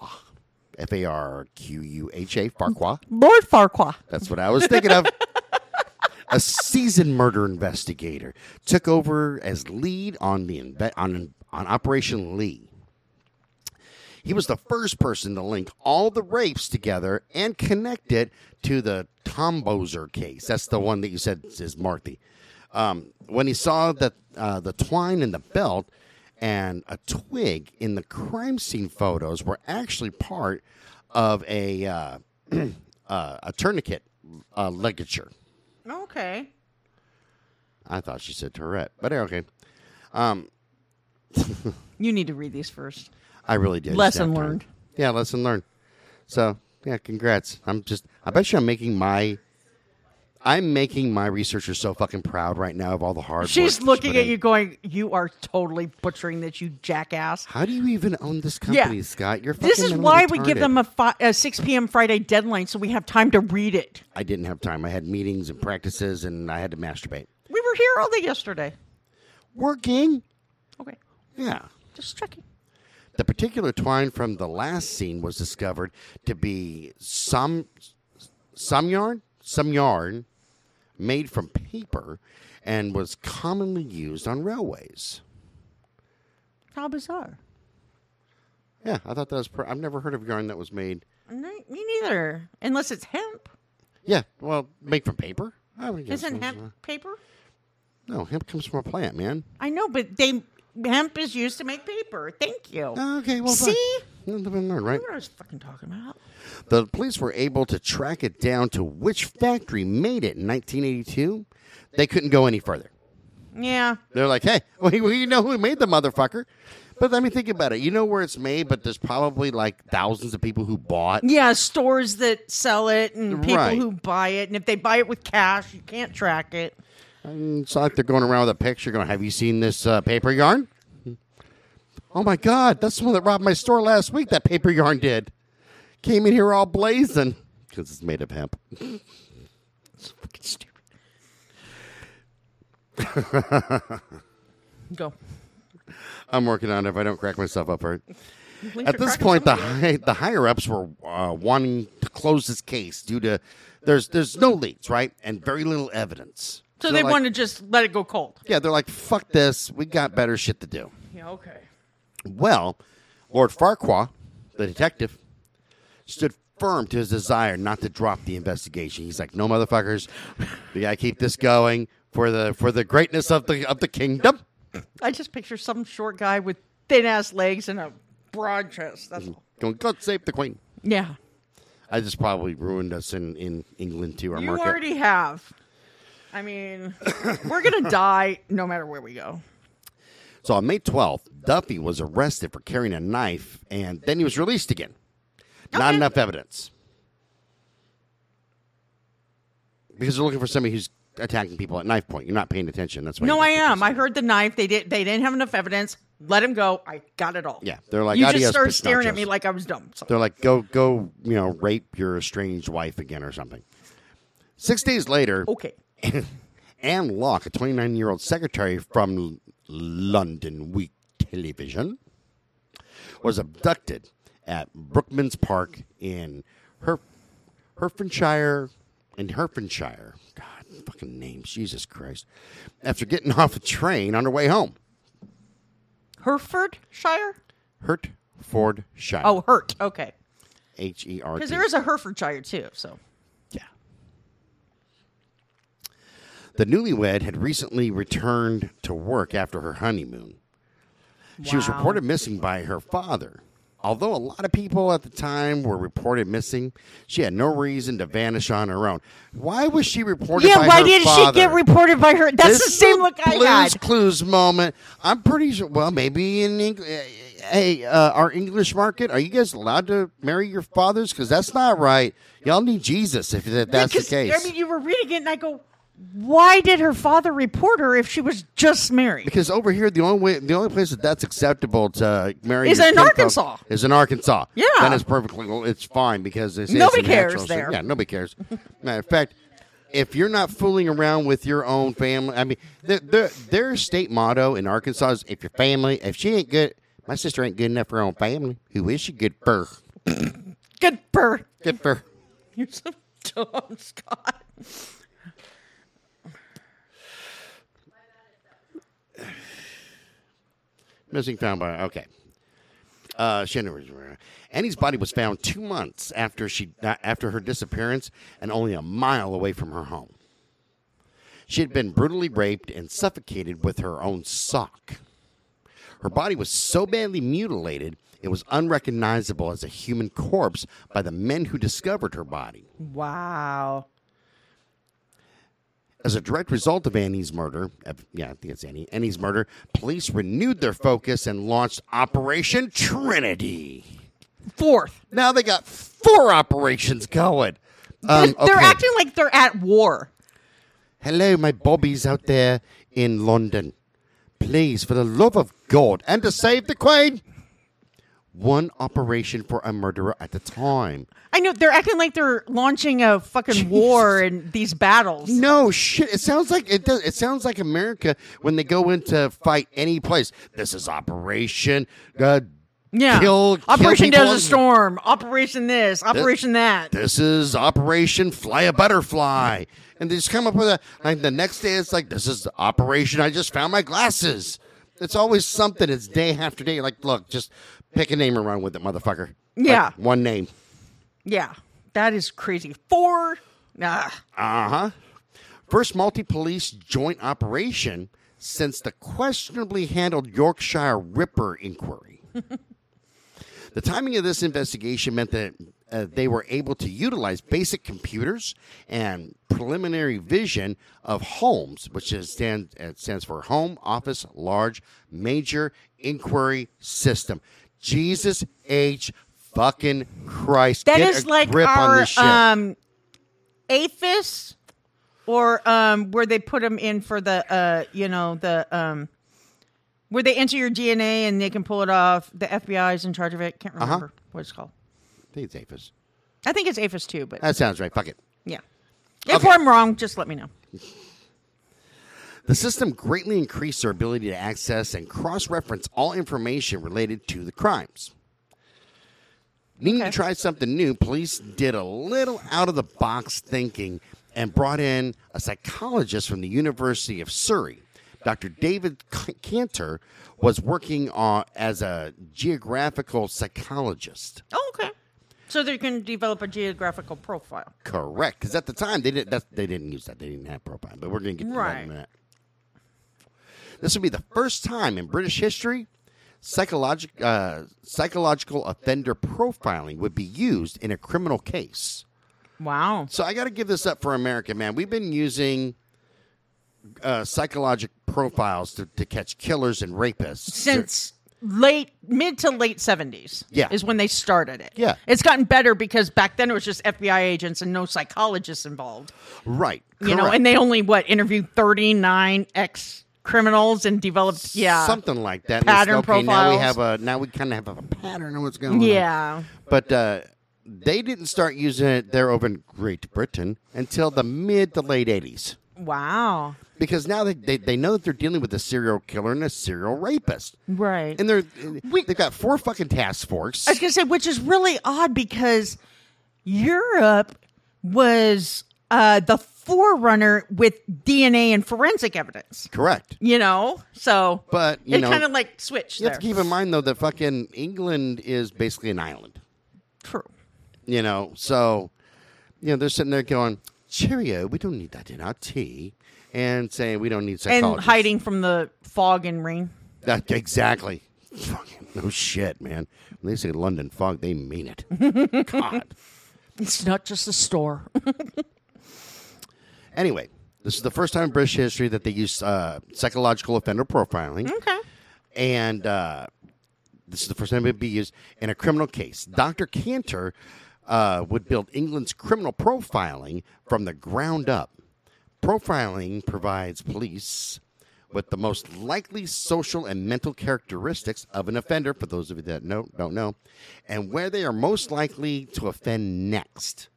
Speaker 1: F A R Q U H A, Farquhar.
Speaker 2: Lord Farquhar.
Speaker 1: That's what I was thinking of. A seasoned murder investigator took over as lead on the inve- on on Operation Lee. He was the first person to link all the rapes together and connect it to the Tom Bozer case. That's the one that you said is Marthy. Um, when he saw that uh, the twine in the belt and a twig in the crime scene photos were actually part of a uh, uh, a tourniquet uh, ligature.
Speaker 2: Okay.
Speaker 1: I thought she said Tourette, but okay.
Speaker 2: You need to read these first.
Speaker 1: I really did.
Speaker 2: Lesson
Speaker 1: It's that time.
Speaker 2: learned.
Speaker 1: Yeah, lesson learned. So yeah, congrats. I'm just. I bet you I'm making my. I'm making my researchers so fucking proud right now of all the hard. work
Speaker 2: She's
Speaker 1: that's
Speaker 2: looking
Speaker 1: put
Speaker 2: at
Speaker 1: in.
Speaker 2: you going, You are totally butchering this, you jackass.
Speaker 1: How do you even own this company, Scott? You're.
Speaker 2: This
Speaker 1: fucking
Speaker 2: is
Speaker 1: mentally
Speaker 2: why we give
Speaker 1: retarded.
Speaker 2: them a, fi- a 6 p.m. Friday deadline so we have time to read it.
Speaker 1: I didn't have time. I had meetings and practices, and I had to masturbate.
Speaker 2: We were here all day yesterday.
Speaker 1: Working.
Speaker 2: Okay.
Speaker 1: Yeah.
Speaker 2: Just checking.
Speaker 1: The particular twine from the last scene was discovered to be some some yarn, some yarn made from paper and was commonly used on railways.
Speaker 2: How bizarre.
Speaker 1: Yeah, I thought that was. Pr- I've never heard of yarn that was made.
Speaker 2: Me me neither. Unless it's hemp.
Speaker 1: Yeah, well, made from paper. I would guess it
Speaker 2: Isn't
Speaker 1: was,
Speaker 2: hemp paper?
Speaker 1: uh, No, hemp comes from a plant, man.
Speaker 2: I know, but they hemp is used to make paper. Thank you.
Speaker 1: Oh, Okay, well, fine.
Speaker 2: See?
Speaker 1: Live and learn, right?
Speaker 2: what I was fucking talking about.
Speaker 1: The police were able to track it down to which factory made it in 1982. They couldn't go any further.
Speaker 2: Yeah.
Speaker 1: They're like, hey, we, we know who made the motherfucker. But let me think about it. You know where it's made, but there's probably like thousands of people who bought.
Speaker 2: Yeah, stores that sell it and people
Speaker 1: Right.
Speaker 2: who buy it. And if they buy it with cash, you can't track it.
Speaker 1: Mm, It's not like they're going around with a picture going, have you seen this uh, paper yarn? Mm-hmm. Oh my God, that's the one that robbed my store last week, that paper yarn did. Came in here all blazing because it's made of hemp.
Speaker 2: It's fucking stupid. Go.
Speaker 1: I'm working on it if I don't crack myself up for it.
Speaker 2: Please
Speaker 1: At this
Speaker 2: crack
Speaker 1: point, the high, the higher ups were uh, wanting to close this case due to there's there's no leads, right, and very little evidence.
Speaker 2: So
Speaker 1: they're
Speaker 2: they
Speaker 1: like-
Speaker 2: want to just let it go cold.
Speaker 1: yeah, they're like, fuck this, we got better shit to do.
Speaker 2: Yeah, okay.
Speaker 1: Well, Lord Farquhar, the detective, stood firm to his desire not to drop the investigation. He's like, "No motherfuckers, we gotta keep this going for the for the greatness of the of the kingdom."
Speaker 2: I just picture some short guy with thin ass legs and a broad chest. That's all.
Speaker 1: Going, God save the queen.
Speaker 2: Yeah.
Speaker 1: I just probably ruined us in in England too. Our
Speaker 2: You
Speaker 1: market.
Speaker 2: already have. I mean, we're going to die no matter where we go.
Speaker 1: So on May 12th, Duffy was arrested for carrying a knife, and then he was released again. Not
Speaker 2: Okay.
Speaker 1: enough evidence. Because they're looking for somebody who's attacking people at knife point. You're not paying attention. That's why.
Speaker 2: No,
Speaker 1: you
Speaker 2: I
Speaker 1: get the
Speaker 2: am. I
Speaker 1: pistol.
Speaker 2: heard the knife. They did. They didn't have enough evidence. Let him go. I got it all.
Speaker 1: Yeah, they're like,
Speaker 2: you
Speaker 1: "Adios,
Speaker 2: just started
Speaker 1: pistachos."
Speaker 2: staring at me like I was dumb. So.
Speaker 1: They're like, go, go, you know, rape your estranged wife again or something. Six days later,
Speaker 2: Okay.
Speaker 1: Anne Locke, a 29 year old secretary from London Week Television, was abducted at Brookman's Park in Her- Herefordshire. In Herefordshire. God, fucking names. Jesus Christ. After getting off a train on her way home.
Speaker 2: Herefordshire?
Speaker 1: Hertfordshire.
Speaker 2: Oh, hurt. Okay.
Speaker 1: H E R T.
Speaker 2: Because there is a Herefordshire too. So
Speaker 1: Yeah. The newlywed had recently returned to work after her honeymoon. She was
Speaker 2: Wow.
Speaker 1: reported missing by her father. Although a lot of people at the time were reported missing, she had no reason to vanish on her own. Why was she reported? by her father?
Speaker 2: reported by her? That's
Speaker 1: This is a Blues Clues moment. I'm pretty sure. Well, maybe in Eng- eh, hey, uh, our English market, are you guys allowed to marry your fathers? Because that's not right. Y'all need Jesus if that- that's the
Speaker 2: 'cause,
Speaker 1: case.
Speaker 2: I mean, you were reading it, and I go, "Why did her father report her if she was just married?"
Speaker 1: because over here, the only way, the only place that that's acceptable to marry
Speaker 2: Is
Speaker 1: your
Speaker 2: in
Speaker 1: kinfolk
Speaker 2: Arkansas.
Speaker 1: Is in Arkansas.
Speaker 2: Yeah.
Speaker 1: then it's perfectly. well, It's fine because they say it's
Speaker 2: Nobody
Speaker 1: a natural
Speaker 2: cares
Speaker 1: thing.
Speaker 2: there.
Speaker 1: Yeah, nobody cares. Matter of fact, if you're not fooling around with your own family, I mean, their their, their state motto in Arkansas is if your family, if she ain't good, my sister ain't good enough for her own family. Who is she good for?
Speaker 2: Good bird.
Speaker 1: Good for.
Speaker 2: You're so dumb, Scott.
Speaker 1: Missing found by okay. Uh, she had no reason- Annie's body was found two months after she uh, after her disappearance, and only a mile away from her home. She had been brutally raped and suffocated with her own sock. Her body was so badly mutilated it was unrecognizable as a human corpse by the men who discovered her body.
Speaker 2: Wow.
Speaker 1: As a direct result of Annie's murder, uh, yeah, I think it's Annie, Annie's murder, police renewed their focus and launched Operation Trinity.
Speaker 2: Fourth,
Speaker 1: Now they got four operations going. Um,
Speaker 2: they're, they're
Speaker 1: okay.
Speaker 2: acting like they're at war.
Speaker 1: Hello, my bobbies out there in London. Please, for the love of God, and to save the Queen, one operation for a murderer at a time.
Speaker 2: I know they're acting like they're launching a fucking war and these battles.
Speaker 1: No shit. It sounds like it does. It sounds like America when they go in to fight any place. This is Operation. Uh,
Speaker 2: yeah.
Speaker 1: Kill, kill
Speaker 2: Operation
Speaker 1: people.
Speaker 2: Desert Storm. Operation this. Operation that.
Speaker 1: This is Operation Fly a Butterfly, and they just come up with a. Like the next day, it's like this is Operation. I just found my glasses. It's always something. It's day after day. Like, look, just pick a name and run with it, motherfucker. Like,
Speaker 2: Yeah.
Speaker 1: one name.
Speaker 2: Yeah. That is crazy. Four. Ah. Nah.
Speaker 1: Uh huh. First multi police joint operation since the questionably handled Yorkshire Ripper inquiry. the timing of this investigation meant that uh, they were able to utilize basic computers and preliminary vision of Holmes, which is stand, uh, stands for Home Office Large Major Inquiry System. Jesus H. Fucking Christ.
Speaker 2: That
Speaker 1: Get
Speaker 2: is
Speaker 1: a
Speaker 2: like
Speaker 1: grip on
Speaker 2: our
Speaker 1: this shit.
Speaker 2: um aphis or um where they put them in for the uh you know the um where they enter your DNA and they can pull it off. The FBI is in charge of it. Can't
Speaker 1: Uh-huh.
Speaker 2: remember what it's called.
Speaker 1: I think it's Apis.
Speaker 2: I think it's aphis too,
Speaker 1: Uh,
Speaker 2: but
Speaker 1: That sounds right. Fuck it.
Speaker 2: yeah. If
Speaker 1: Okay.
Speaker 2: I'm wrong, just let me know.
Speaker 1: The system greatly increased their ability to access and cross reference all information related to the crimes. Needing to try something new, police did a little out of the box thinking and brought in a psychologist from the University of Surrey. Dr. David C- Cantor was working uh, as a geographical psychologist.
Speaker 2: Oh, okay. So they can develop a geographical profile.
Speaker 1: Correct, because at the time they didn't. That's, they didn't use that. They didn't have propine, but we're going to get to that
Speaker 2: Right.
Speaker 1: in a minute. This would be the first time in British history psychologic, uh, psychological offender profiling would be used in a criminal case.
Speaker 2: Wow.
Speaker 1: So I got to give this up for America, man. We've been using uh, psychologic profiles to, to catch killers and rapists
Speaker 2: Since late mid to late 70s
Speaker 1: Yeah.
Speaker 2: is when they started it.
Speaker 1: Yeah.
Speaker 2: It's gotten better because back then it was just FBI agents and no psychologists involved.
Speaker 1: right?
Speaker 2: You know,
Speaker 1: correct.
Speaker 2: and they only what interviewed 39 ex criminals and developed yeah.
Speaker 1: something like that.
Speaker 2: Pattern
Speaker 1: It's, okay, now we
Speaker 2: profiles.
Speaker 1: have a now we kind of have a pattern of what's going on.
Speaker 2: Yeah.
Speaker 1: but uh, they didn't start using it there over in Great Britain until the mid to late eighties.
Speaker 2: Wow.
Speaker 1: Because now they, they, they know that they're dealing with a serial killer and a serial rapist,
Speaker 2: Right.
Speaker 1: and they're
Speaker 2: We-
Speaker 1: they've got four fucking task force.
Speaker 2: I was gonna say, which is really odd because Europe was uh, the forerunner with DNA and forensic evidence.
Speaker 1: Correct,
Speaker 2: You know, so
Speaker 1: but you
Speaker 2: it
Speaker 1: know
Speaker 2: kind of like switched
Speaker 1: you
Speaker 2: there.
Speaker 1: have to keep in mind though that fucking England is basically an island,
Speaker 2: True.
Speaker 1: you know. So you know they're sitting there going, "Cheerio, we don't need that in our tea," and saying we don't need psychology
Speaker 2: And hiding from the fog and rain.
Speaker 1: That, exactly. Fucking no shit, man. When they say London fog, they mean it. God.
Speaker 2: It's not just a store.
Speaker 1: Anyway, this is the first time in British history that they use uh, psychological offender profiling.
Speaker 2: okay.
Speaker 1: And uh, this is the first time it would be used in a criminal case. Dr. Cantor uh, would build England's criminal profiling from the ground up. Profiling provides police with the most likely social and mental characteristics of an offender, for those of you that know, don't know, and where they are most likely to offend next.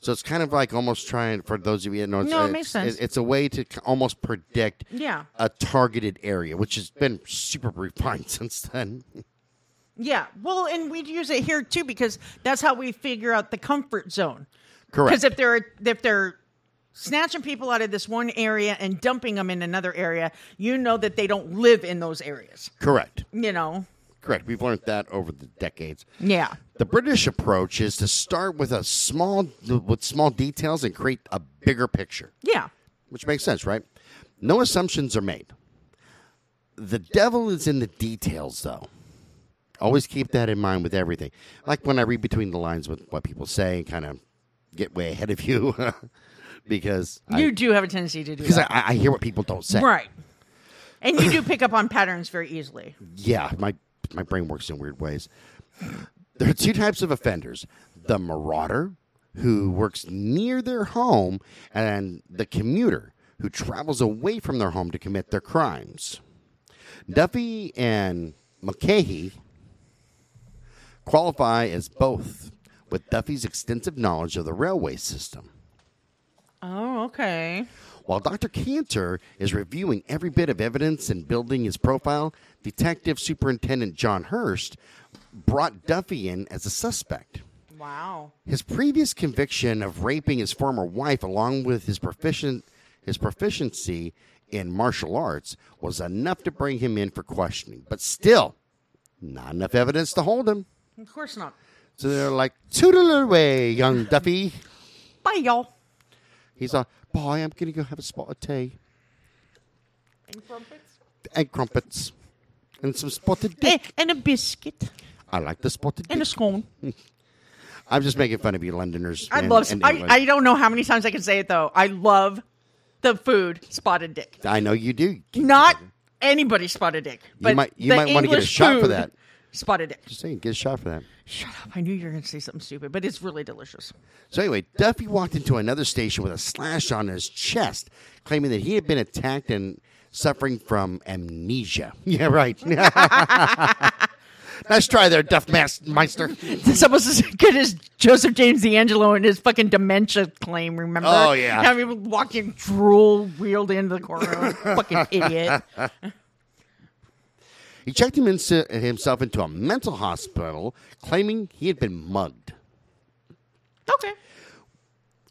Speaker 1: So it's kind of like almost trying, for those of you that know,
Speaker 2: No, it
Speaker 1: it's,
Speaker 2: makes sense.
Speaker 1: it's a way to k- almost predict
Speaker 2: Yeah.
Speaker 1: a targeted area, which has been super refined since then.
Speaker 2: Yeah. Well, and we'd use it here too because that's how we figure out the comfort zone.
Speaker 1: Correct.
Speaker 2: Because if they're if they're snatching people out of this one area and dumping them in another area, you know that they don't live in those areas.
Speaker 1: Correct.
Speaker 2: You know.
Speaker 1: Correct. We've learned that over the decades.
Speaker 2: Yeah.
Speaker 1: The British approach is to start with a small with small details and create a bigger picture,
Speaker 2: Yeah.
Speaker 1: which makes sense, right? No assumptions are made. The devil is in the details though. Always keep that in mind with everything. Like when I read between the lines with what people say and kind of get way ahead of you because I,
Speaker 2: you do have a tendency to do
Speaker 1: because
Speaker 2: that.
Speaker 1: I, I hear what people don't say.
Speaker 2: right. And you do pick up on patterns very easily.
Speaker 1: yeah, my my brain works in weird ways. There are two types of offenders: the marauder, who works near their home, and the commuter, who travels away from their home to commit their crimes. Duffy and McCahey qualify as both, with Duffy's extensive knowledge of the railway system.
Speaker 2: Oh, okay.
Speaker 1: While Dr. Cantor is reviewing every bit of evidence and building his profile, Detective Superintendent John Hurst brought Duffy in as a suspect.
Speaker 2: Wow.
Speaker 1: His previous conviction of raping his former wife, along with his, proficient, his proficiency in martial arts, was enough to bring him in for questioning, but still, not enough evidence to hold him.
Speaker 2: Of course not.
Speaker 1: So they're like, toodle away, young Duffy.
Speaker 2: Bye, y'all.
Speaker 1: He's like, boy, I'm going to go have a spot of tea. and crumpets and some spotted dick.
Speaker 2: Eh, And a biscuit
Speaker 1: I like the spotted
Speaker 2: and a
Speaker 1: dick.
Speaker 2: scone.
Speaker 1: I'm just making fun of you Londoners.
Speaker 2: I
Speaker 1: and-
Speaker 2: love.
Speaker 1: and
Speaker 2: I,
Speaker 1: England.
Speaker 2: I don't know how many times I can say it though. I love the food spotted dick.
Speaker 1: I know you do.
Speaker 2: Not anybody spotted dick. But
Speaker 1: might- you
Speaker 2: the
Speaker 1: might wanna get a
Speaker 2: English
Speaker 1: shot for
Speaker 2: food
Speaker 1: that.
Speaker 2: Spotted dick.
Speaker 1: Just saying, get a shot for that.
Speaker 2: Shut up! I knew you were going to say something stupid, but it's really delicious.
Speaker 1: So anyway, Duffy walked into another station with a slash on his chest, claiming that he had been attacked and suffering from amnesia. Yeah, right. Nice try there, Duff Mas- Meister.
Speaker 2: It's almost as good as Joseph James D'Angelo and his fucking dementia claim. Remember?
Speaker 1: Oh, yeah.
Speaker 2: having people walking drool wheeled into the corner. fucking idiot.
Speaker 1: He checked him into, himself into a mental hospital, claiming he had been mugged,
Speaker 2: Okay.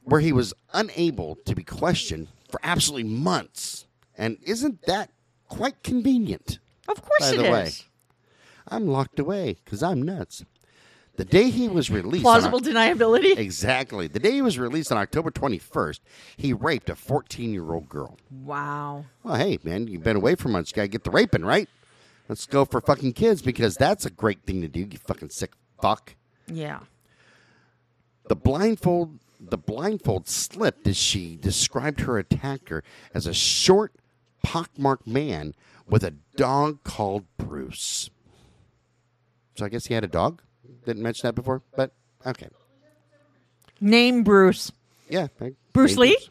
Speaker 1: where he was unable to be questioned for absolutely months. And isn't that quite convenient?
Speaker 2: Of course
Speaker 1: By
Speaker 2: it
Speaker 1: the way,
Speaker 2: is.
Speaker 1: I'm locked away because I'm nuts. The day he was released, on
Speaker 2: Plausible deniability.
Speaker 1: Exactly. The day he was released on October 21st, he raped a 14 year old girl.
Speaker 2: Wow.
Speaker 1: Well, hey, man, you've been away for months. You got to get the raping, right? Let's go for fucking kids because that's a great thing to do, you fucking sick fuck.
Speaker 2: Yeah.
Speaker 1: The blindfold. The blindfold slipped as she described her attacker as a short, pockmarked man with a dog called Bruce. So I guess he had a dog. Didn't mention that before, but okay.
Speaker 2: Name Bruce.
Speaker 1: Yeah. I-
Speaker 2: Bruce
Speaker 1: maybe
Speaker 2: Lee?
Speaker 1: it's-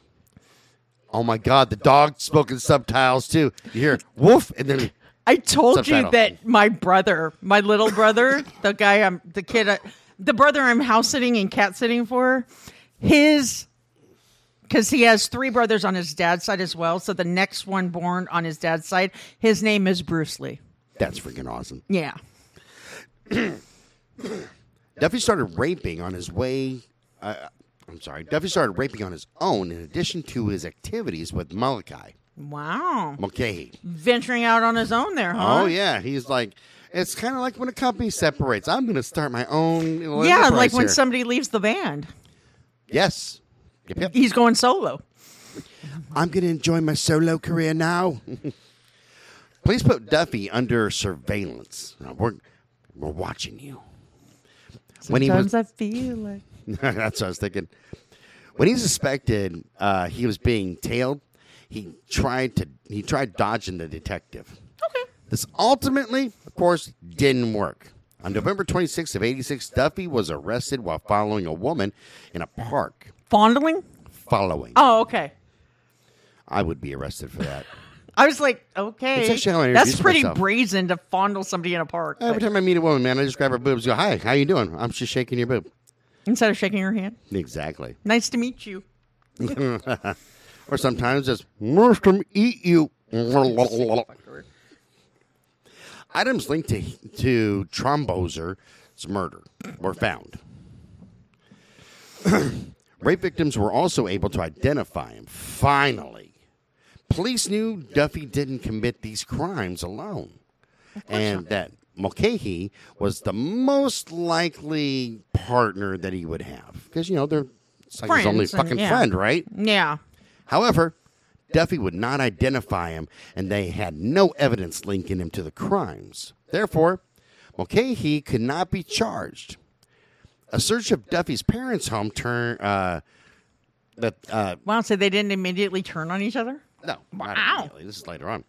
Speaker 1: Oh my God, the dog spoke in subtitles too. You hear woof and then
Speaker 2: I told
Speaker 1: Subtitle.
Speaker 2: you that my brother, my little brother, the guy I'm, the kid, I, the brother I'm house sitting and cat sitting for, his, because he has three brothers on his dad's side as well. So the next one born on his dad's side, his name is Bruce Lee.
Speaker 1: that's freaking awesome.
Speaker 2: Yeah.
Speaker 1: Duffy started raping on his way. Uh, I'm sorry. Duffy started raping on his own in addition to his activities with Malachi
Speaker 2: Wow.
Speaker 1: Mulcahy.
Speaker 2: Venturing out on his own there, huh?
Speaker 1: Oh yeah, he's like. It's kind of like when a company separates. I'm going to start my own. little
Speaker 2: Yeah,
Speaker 1: enterprise
Speaker 2: like when
Speaker 1: here.
Speaker 2: somebody leaves the band,
Speaker 1: Yes. Yep, yep.
Speaker 2: he's going solo.
Speaker 1: I'm going to enjoy my solo career now. Please put Duffy under surveillance. Now, we're, we're watching you. When he was-
Speaker 2: Sometimes I feel like.
Speaker 1: That's what I was thinking. When he suspected uh, he was being tailed, he tried to he tried dodging the detective.
Speaker 2: Okay.
Speaker 1: This ultimately, of course, didn't work. On November 26th of 86, Duffy was arrested while following a woman in a park.
Speaker 2: Fondling?
Speaker 1: Following.
Speaker 2: Oh, okay.
Speaker 1: I would be arrested for that.
Speaker 2: I was like, okay,
Speaker 1: It's actually how I
Speaker 2: that's
Speaker 1: introduced
Speaker 2: pretty
Speaker 1: myself.
Speaker 2: brazen to fondle somebody in a park
Speaker 1: Every
Speaker 2: but-
Speaker 1: time I meet a woman, man, I just grab her boobs and go, hi, how you doing? I'm just shaking your boob.
Speaker 2: instead of shaking her hand.
Speaker 1: Exactly.
Speaker 2: Nice to meet you.
Speaker 1: Or sometimes it's, "Must him eat you. Items linked to, to Trombozer's murder were found. Rape victims were also able to identify him. Finally, police knew Duffy didn't commit these crimes alone, and that Mulcahy was the most likely partner that he would have because you know they're it's like his only
Speaker 2: Friends and-
Speaker 1: fucking
Speaker 2: yeah.
Speaker 1: friend, right?
Speaker 2: Yeah,
Speaker 1: However, Duffy would not identify him, and they had no evidence linking him to the crimes. Therefore, Mulcahy could not be charged. A search of Duffy's parents' home turned. Uh, that uh,
Speaker 2: wow. So they didn't immediately turn on each other.
Speaker 1: no, not
Speaker 2: Wow.
Speaker 1: immediately. This is later on.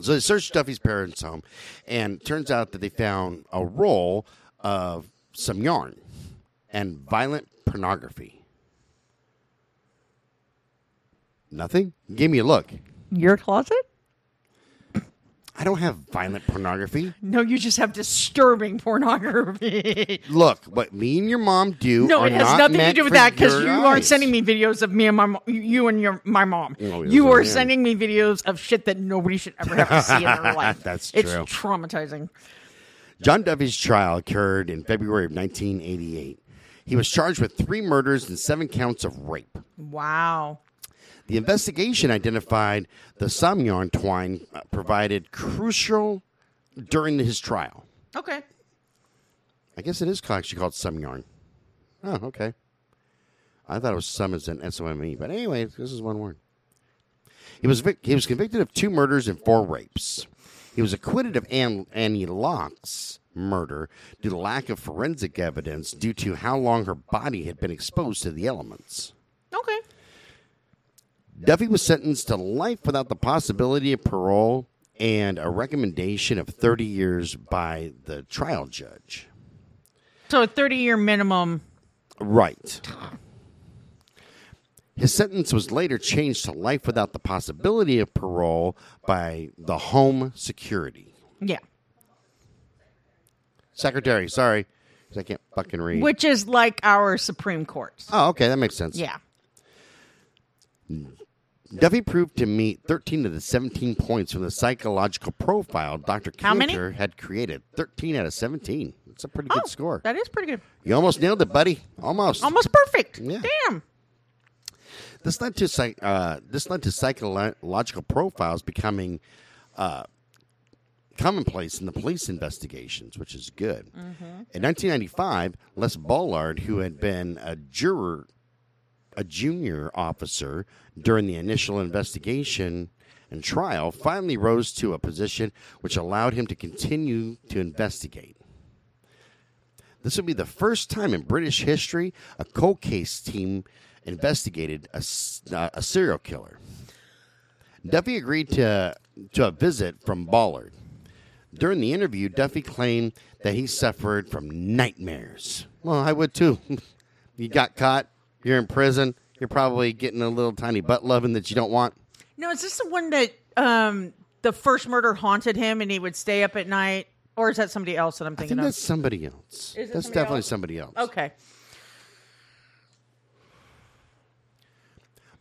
Speaker 1: So they searched Duffy's parents' home, and turns out that they found a roll of some yarn and violent pornography. Nothing? Give me a look.
Speaker 2: Your closet?
Speaker 1: I don't have violent pornography.
Speaker 2: No, you just have disturbing pornography.
Speaker 1: Look, what me and your mom do.
Speaker 2: no,
Speaker 1: are
Speaker 2: it has
Speaker 1: not
Speaker 2: nothing to
Speaker 1: meant
Speaker 2: do with
Speaker 1: for
Speaker 2: that because
Speaker 1: your
Speaker 2: you aren't
Speaker 1: eyes.
Speaker 2: sending me videos of me and my mo- you and your my mom.
Speaker 1: Oh, yes,
Speaker 2: you
Speaker 1: I
Speaker 2: are
Speaker 1: am.
Speaker 2: sending me videos of shit that nobody should ever have to see in their life.
Speaker 1: That's
Speaker 2: it's
Speaker 1: true.
Speaker 2: traumatizing.
Speaker 1: John Duffy's trial occurred in February of 1988. He was charged with three murders and seven counts of rape.
Speaker 2: Wow.
Speaker 1: The investigation identified the Samyon twine uh, provided crucial during his trial.
Speaker 2: Okay.
Speaker 1: I guess it is actually called Samyon. Oh, okay. I thought it was some as in S O M E, but anyway, this is one word. He was vic- he was convicted of two murders and four rapes. He was acquitted of Ann- Annie Locke's murder due to lack of forensic evidence due to how long her body had been exposed to the elements.
Speaker 2: Okay.
Speaker 1: Duffy was sentenced to life without the possibility of parole and a recommendation of 30 years by the trial judge.
Speaker 2: So a thirty-year minimum.
Speaker 1: Right. His sentence was later changed to life without the possibility of parole by the home security.
Speaker 2: Yeah.
Speaker 1: Secretary, sorry, 'cause I can't fucking read.
Speaker 2: which is like our Supreme Court.
Speaker 1: oh, okay, that makes sense.
Speaker 2: Yeah.
Speaker 1: Duffy proved to meet 13 of the 17 points from the psychological profile Dr.
Speaker 2: How many?
Speaker 1: Cantor had created. 13 out of 17. That's a pretty good score.
Speaker 2: Oh, That is pretty good.
Speaker 1: you almost nailed it, buddy. Almost.
Speaker 2: Almost perfect.
Speaker 1: Yeah.
Speaker 2: Damn.
Speaker 1: This led to psych- uh, this led to psychological profiles becoming uh, commonplace in the police investigations, which is good. In 1995, Les Bollard, who had been a juror, a junior officer during the initial investigation and trial, finally rose to a position which allowed him to continue to investigate. This would be the first time in British history a cold case team investigated a, s- uh, a serial killer. Duffy agreed to, to a visit from Ballard. During the interview, Duffy claimed that he suffered from nightmares. Well, I would too. you got caught, you're in prison, you're probably getting a little tiny butt loving that you don't want.
Speaker 2: No, is this the one that um the first murder haunted him and he would stay up at night? Or is that somebody else that I'm
Speaker 1: I
Speaker 2: thinking
Speaker 1: think
Speaker 2: of?
Speaker 1: that's somebody else.
Speaker 2: Is
Speaker 1: that's
Speaker 2: it somebody
Speaker 1: definitely
Speaker 2: else?
Speaker 1: somebody else.
Speaker 2: Okay.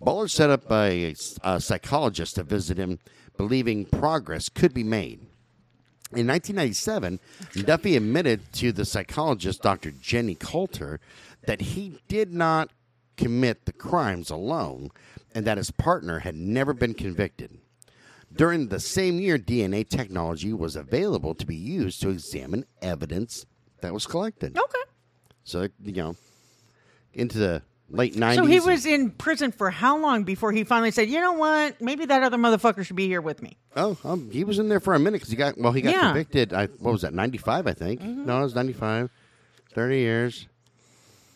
Speaker 1: Ballard set up a, a psychologist to visit him, believing progress could be made. In 1997, Duffy admitted to the psychologist, Dr. Jenny Coulter, that he did not commit the crimes alone and that his partner had never been convicted. During the same year, DNA technology was available to be used to examine evidence that was collected.
Speaker 2: Okay.
Speaker 1: So, you know, into the late 90s.
Speaker 2: So he
Speaker 1: and-
Speaker 2: was in prison for how long before he finally said, you know what? Maybe that other motherfucker should be here with me.
Speaker 1: Oh, um, he was in there for a minute because he got well. He got
Speaker 2: Yeah. Mm-hmm.
Speaker 1: convicted. I what was that? Ninety five, I think. No, it was ninety five. Thirty years.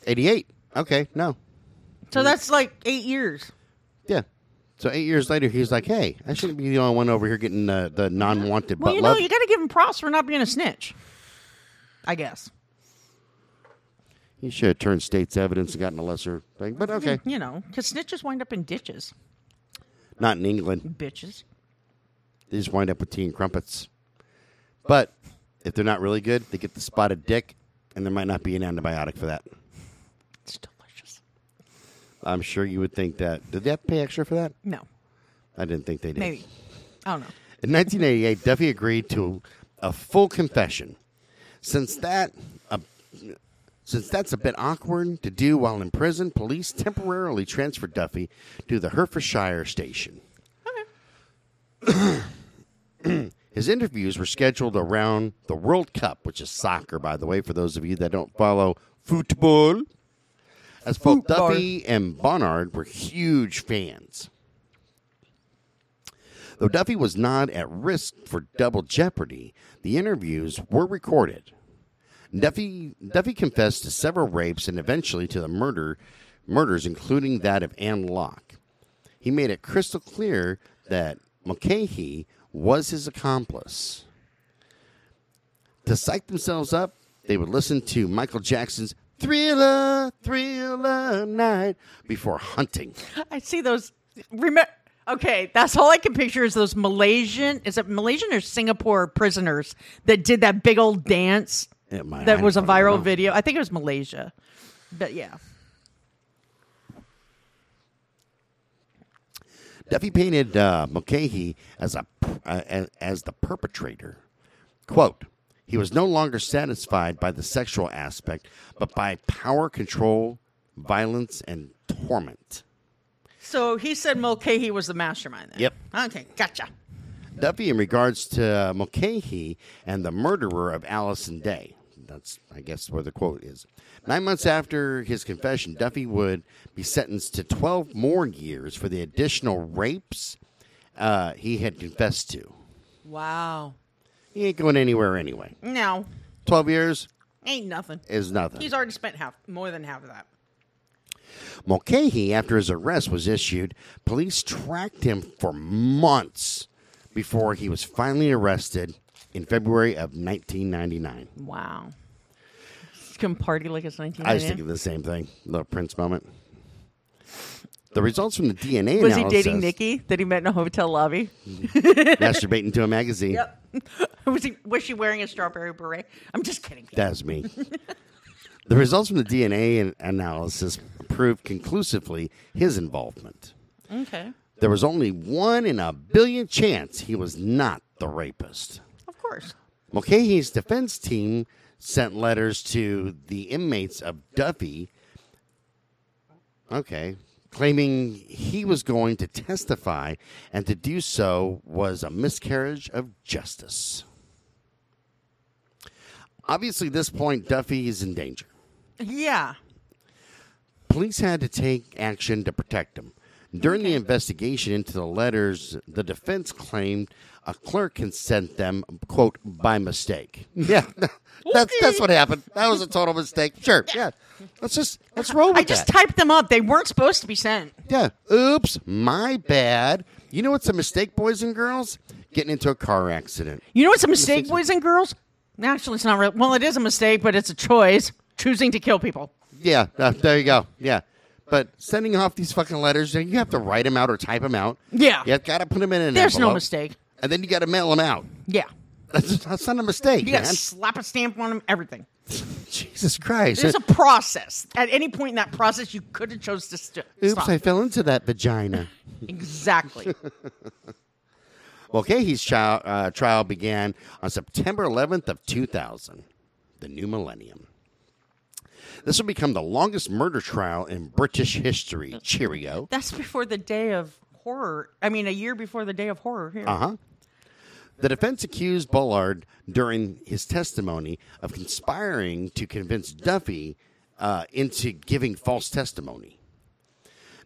Speaker 1: Eighty eight. Okay, no, Mm-hmm.
Speaker 2: So that's like eight years.
Speaker 1: yeah. So eight years later, he's like, "Hey, I shouldn't be the only one over here getting uh, the the non wanted
Speaker 2: Well,
Speaker 1: but
Speaker 2: you know,
Speaker 1: love."
Speaker 2: you got to give him props for not being a snitch. I guess.
Speaker 1: he should have turned state's evidence and gotten a lesser thing, but okay,
Speaker 2: You know, because snitches wind up in ditches,
Speaker 1: not in England.
Speaker 2: bitches.
Speaker 1: They just wind up with tea and crumpets. But if they're not really good, they get the spotted dick, and there might not be an antibiotic for that.
Speaker 2: It's delicious.
Speaker 1: I'm sure you would think that. Did they have to pay extra for that?
Speaker 2: No,
Speaker 1: I didn't think they did.
Speaker 2: maybe. I don't know.
Speaker 1: In 1988, Duffy agreed to a full confession. Since that, uh, since that's a bit awkward to do while in prison, police temporarily transferred Duffy to the Hertfordshire station. His interviews were scheduled around the World Cup, which is soccer, by the way, for those of you that don't follow football. As both
Speaker 2: Football.
Speaker 1: Duffy and Bonnard were huge fans. Though Duffy was not at risk for double jeopardy, the interviews were recorded. Duffy Duffy confessed to several rapes and eventually to the murder murders, including that of Anne Locke. He made it crystal clear that Mulcahy was his accomplice. To psych themselves up, they would listen to Michael Jackson's Thriller, Thriller Night before hunting.
Speaker 2: I see those. Remember? Okay, that's all I can picture is those Malaysian. Is it Malaysian or Singapore prisoners that did that big old dance
Speaker 1: It might- I
Speaker 2: that was a
Speaker 1: don't fucking
Speaker 2: viral
Speaker 1: know.
Speaker 2: video? I think it was Malaysia, but yeah.
Speaker 1: Duffy painted uh, Mulcahy as a uh, as- as the perpetrator. Quote: He was no longer satisfied by the sexual aspect, but by power, control, violence, and torment.
Speaker 2: So he said Mulcahy was the mastermind. Then.
Speaker 1: Yep.
Speaker 2: Okay, gotcha.
Speaker 1: Duffy, in regards to Mulcahy and the murderer of Allison Day. That's, I guess, where the quote is. Nine months after his confession, Duffy would be sentenced to 12 more years for the additional rapes uh, he had confessed to.
Speaker 2: Wow.
Speaker 1: He ain't going anywhere anyway.
Speaker 2: No,
Speaker 1: 12 years
Speaker 2: ain't nothing.
Speaker 1: is nothing.
Speaker 2: He's already spent half, more than half of that.
Speaker 1: Mulcahy, after his arrest was issued, police tracked him for months before he was finally arrested in February of 1999.
Speaker 2: Wow. Can party like it's
Speaker 1: I was thinking
Speaker 2: 1999.
Speaker 1: the same thing. Little Prince moment. The results from the DNA
Speaker 2: Was he
Speaker 1: analysis,
Speaker 2: dating Nikki that he met in a hotel lobby?
Speaker 1: masturbating to a magazine.
Speaker 2: Yep. was, he, was she wearing a strawberry beret? I'm just kidding.
Speaker 1: That's me. the results from the DNA an- analysis proved conclusively his involvement.
Speaker 2: Okay.
Speaker 1: There was only one in a billion chance he was not the rapist.
Speaker 2: Of course.
Speaker 1: Mulcahy's defense team sent letters to the inmates of Duffy, okay, claiming he was going to testify, and to do so was a miscarriage of justice. Obviously, at this point, Duffy is in danger.
Speaker 2: Yeah.
Speaker 1: Police had to take action to protect him. During the investigation into the letters, the defense claimed a clerk had sent them, quote, by mistake. Yeah, that's that's what happened. That was a total mistake. Sure, yeah. Let's just let's roll with
Speaker 2: I just
Speaker 1: that.
Speaker 2: typed them up. They weren't supposed to be sent.
Speaker 1: yeah. Oops, my bad. You know what's a mistake, boys and girls? Getting into a car accident.
Speaker 2: You know what's a mistake, boys and girls? Actually, it's not real. Well, it is a mistake, but it's a choice choosing to kill people.
Speaker 1: Yeah, uh, there you go. Yeah. But sending off these fucking letters, you have to write them out or type them out.
Speaker 2: Yeah.
Speaker 1: You've got to put them in an
Speaker 2: There's no
Speaker 1: envelope.
Speaker 2: mistake.
Speaker 1: and then you got to mail them out.
Speaker 2: Yeah.
Speaker 1: That's, that's not a mistake,
Speaker 2: You
Speaker 1: man.
Speaker 2: got to slap a stamp on them, everything.
Speaker 1: Jesus Christ!
Speaker 2: There's a process. At any point in that process, you could have chose to st-
Speaker 1: Oops,
Speaker 2: stop.
Speaker 1: I fell into that vagina.
Speaker 2: Exactly.
Speaker 1: well, Cahey's trial, uh, trial began on September 11th of 2000, the new millennium. This will become the longest murder trial in British history. Cheerio.
Speaker 2: That's before the day of horror. I mean, a year before the day of horror here.
Speaker 1: Uh huh. The defense accused Bullard during his testimony of conspiring to convince Duffy uh, into giving false testimony.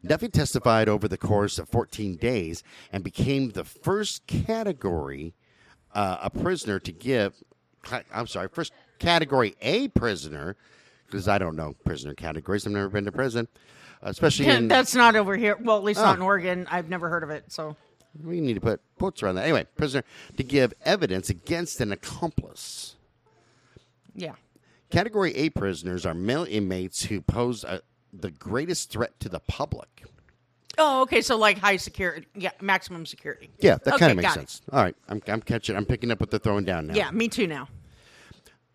Speaker 1: Duffy testified over the course of 14 days and became the first category uh, a prisoner to give. cla- I'm sorry, first category A prisoner, because I don't know prisoner categories. I've never been to prison, especially in.
Speaker 2: That's not over here. Well, at least
Speaker 1: Oh.
Speaker 2: not in Oregon. I've never heard of it. So,
Speaker 1: We need to put quotes around that. Anyway, prisoner to give evidence against an accomplice.
Speaker 2: yeah.
Speaker 1: Category A prisoners are male inmates who pose a, the greatest threat to the public.
Speaker 2: Oh, okay. So, like high security. Yeah, maximum security.
Speaker 1: Yeah, that
Speaker 2: Okay,
Speaker 1: kind of makes
Speaker 2: got it.
Speaker 1: sense. All right, I'm, I'm catching. I'm picking up what they're throwing down now.
Speaker 2: Yeah, me too now.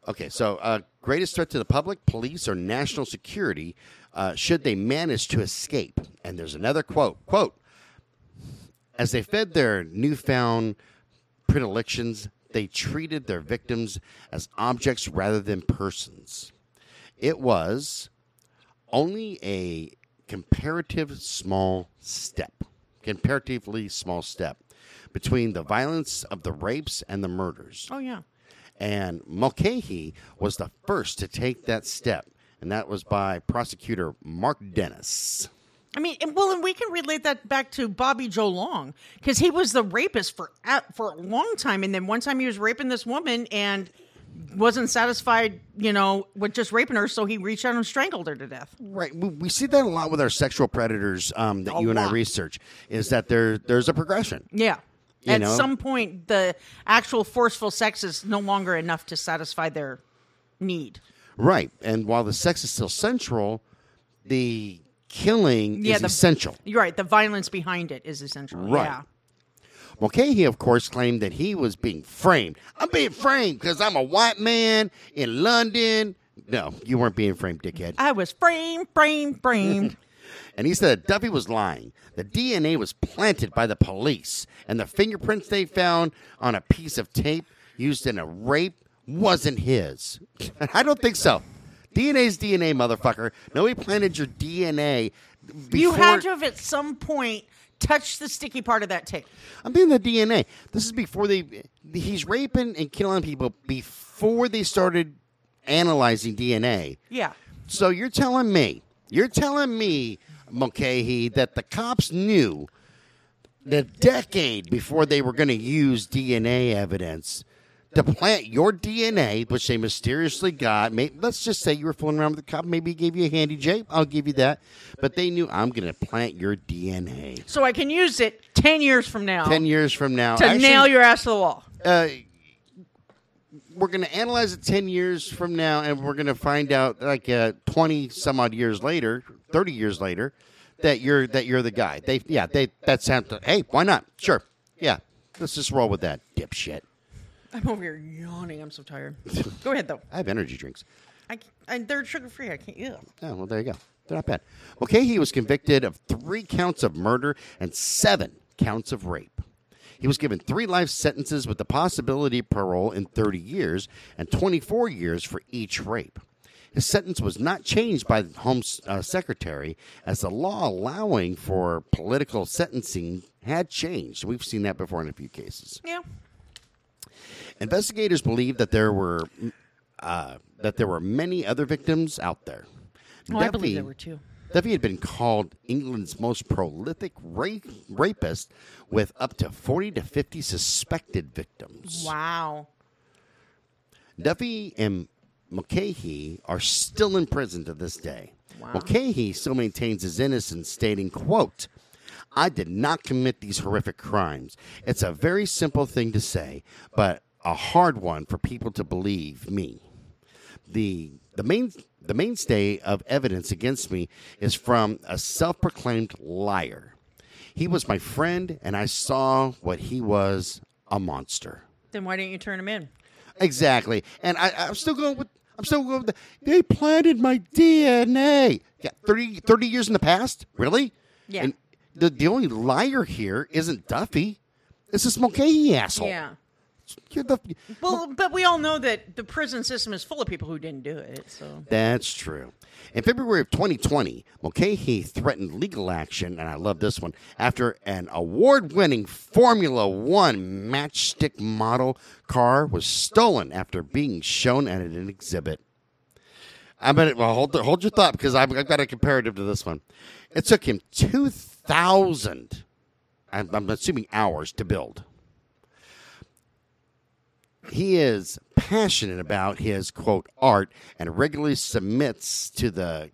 Speaker 1: Okay, so uh, greatest threat to the public, police, or national security uh, should they manage to escape. And there's another quote. Quote, as they fed their newfound predilections, they treated their victims as objects rather than persons. It was only a comparative small step, comparatively small step between the violence of the rapes and the murders.
Speaker 2: Oh, yeah.
Speaker 1: And Mulcahy was the first to take that step, and that was by prosecutor Mark Dennis.
Speaker 2: I mean, and- well, and we can relate that back to Bobby Joe Long because he was the rapist for at, for a long time, and then one time he was raping this woman and wasn't satisfied, you know, with just raping her, so he reached out and strangled her to death.
Speaker 1: Right, we, we see that a lot with our sexual predators um, that
Speaker 2: A
Speaker 1: you and I
Speaker 2: lot.
Speaker 1: research. Is that there? There's a progression.
Speaker 2: Yeah.
Speaker 1: You
Speaker 2: At
Speaker 1: know?
Speaker 2: some point, the actual forceful sex is no longer enough to satisfy their need.
Speaker 1: Right, and while the sex is still central, the killing
Speaker 2: Yeah,
Speaker 1: is
Speaker 2: the-
Speaker 1: essential.
Speaker 2: You're right. The violence behind it is essential.
Speaker 1: Right.
Speaker 2: Yeah.
Speaker 1: Mulcahy, of course, claimed that he was being framed. I'm being framed because I'm a white man in London. No, you weren't being framed, dickhead.
Speaker 2: I was framed, framed, framed.
Speaker 1: and he said that Duffy was lying. The DNA was planted by the police, and the fingerprints they found on a piece of tape used in a rape wasn't his. I don't think so. DNA's DNA, motherfucker. Nobody planted your DNA. Before,
Speaker 2: you had to have at some point touched the sticky part of that tape.
Speaker 1: I'm thinking the DNA. This is before they. He's raping and killing people before they started analyzing DNA.
Speaker 2: Yeah.
Speaker 1: So you're telling me, you're telling me, Mulcahy, that the cops knew the decade before they were going to use DNA evidence to plant your DNA, which they mysteriously got. May let's just say you were fooling around with the cop. Maybe he gave you a handy J. I'll give you that. But they knew I'm going to plant your DNA.
Speaker 2: So I can use it 10 years from now
Speaker 1: 10 years from now.
Speaker 2: to
Speaker 1: Actually,
Speaker 2: nail your ass to the wall.
Speaker 1: uh, we're going to analyze it 10 years from now and we're going to find out like uh, 20 some odd years later 30 years later that you're that you're the guy they yeah they that sounds hey why not sure yeah let's just roll with that dipshit
Speaker 2: I'm over here yawning. I'm so tired. Go ahead though.
Speaker 1: I have energy drinks.
Speaker 2: I, c- I- they're sugar free. I can't eat them.
Speaker 1: Oh, well, there you go. They're not bad. Okay, he was convicted of three counts of murder and seven counts of rape. He was given three life sentences with the possibility of parole in 30 years and 24 years for each rape. His sentence was not changed by the Home uh, Secretary, as the law allowing for political sentencing had changed. We've seen that before in a few cases.
Speaker 2: Yeah.
Speaker 1: Investigators believe that there were uh, that there were many other victims out there.
Speaker 2: Oh, I believe there were two.
Speaker 1: Duffy had been called England's most prolific rape, rapist, with up to forty to fifty suspected victims.
Speaker 2: Wow.
Speaker 1: Duffy and Mulcahy are still in prison to this day.
Speaker 2: Wow.
Speaker 1: Mulcahy still maintains his innocence, stating, quote, I did not commit these horrific crimes. It's a very simple thing to say, but a hard one for people to believe me. The the main the mainstay of evidence against me is from a self-proclaimed liar. He was my friend and I saw what he was a monster.
Speaker 2: Then why didn't you turn them in?
Speaker 1: Exactly. And I, I'm still going with. I'm still going with. The, they planted my DNA. Yeah, 30, 30 years in the past? Really?
Speaker 2: Yeah.
Speaker 1: And the, the only liar here isn't Duffy. It's this Mulcahy asshole.
Speaker 2: Yeah.
Speaker 1: You're the,
Speaker 2: Well, but we all know that the prison system is full of people who didn't do it. So
Speaker 1: That's true. In February of 2020, Mulcahy threatened legal action, and I love this one, after an award winning Formula One matchstick model car was stolen after being shown at an exhibit. I'm gonna well, hold, hold your thought because I've, I've got a comparative to this one. It took him 2,000, I'm, I'm assuming hours, to build he is passionate about his quote art and regularly submits to the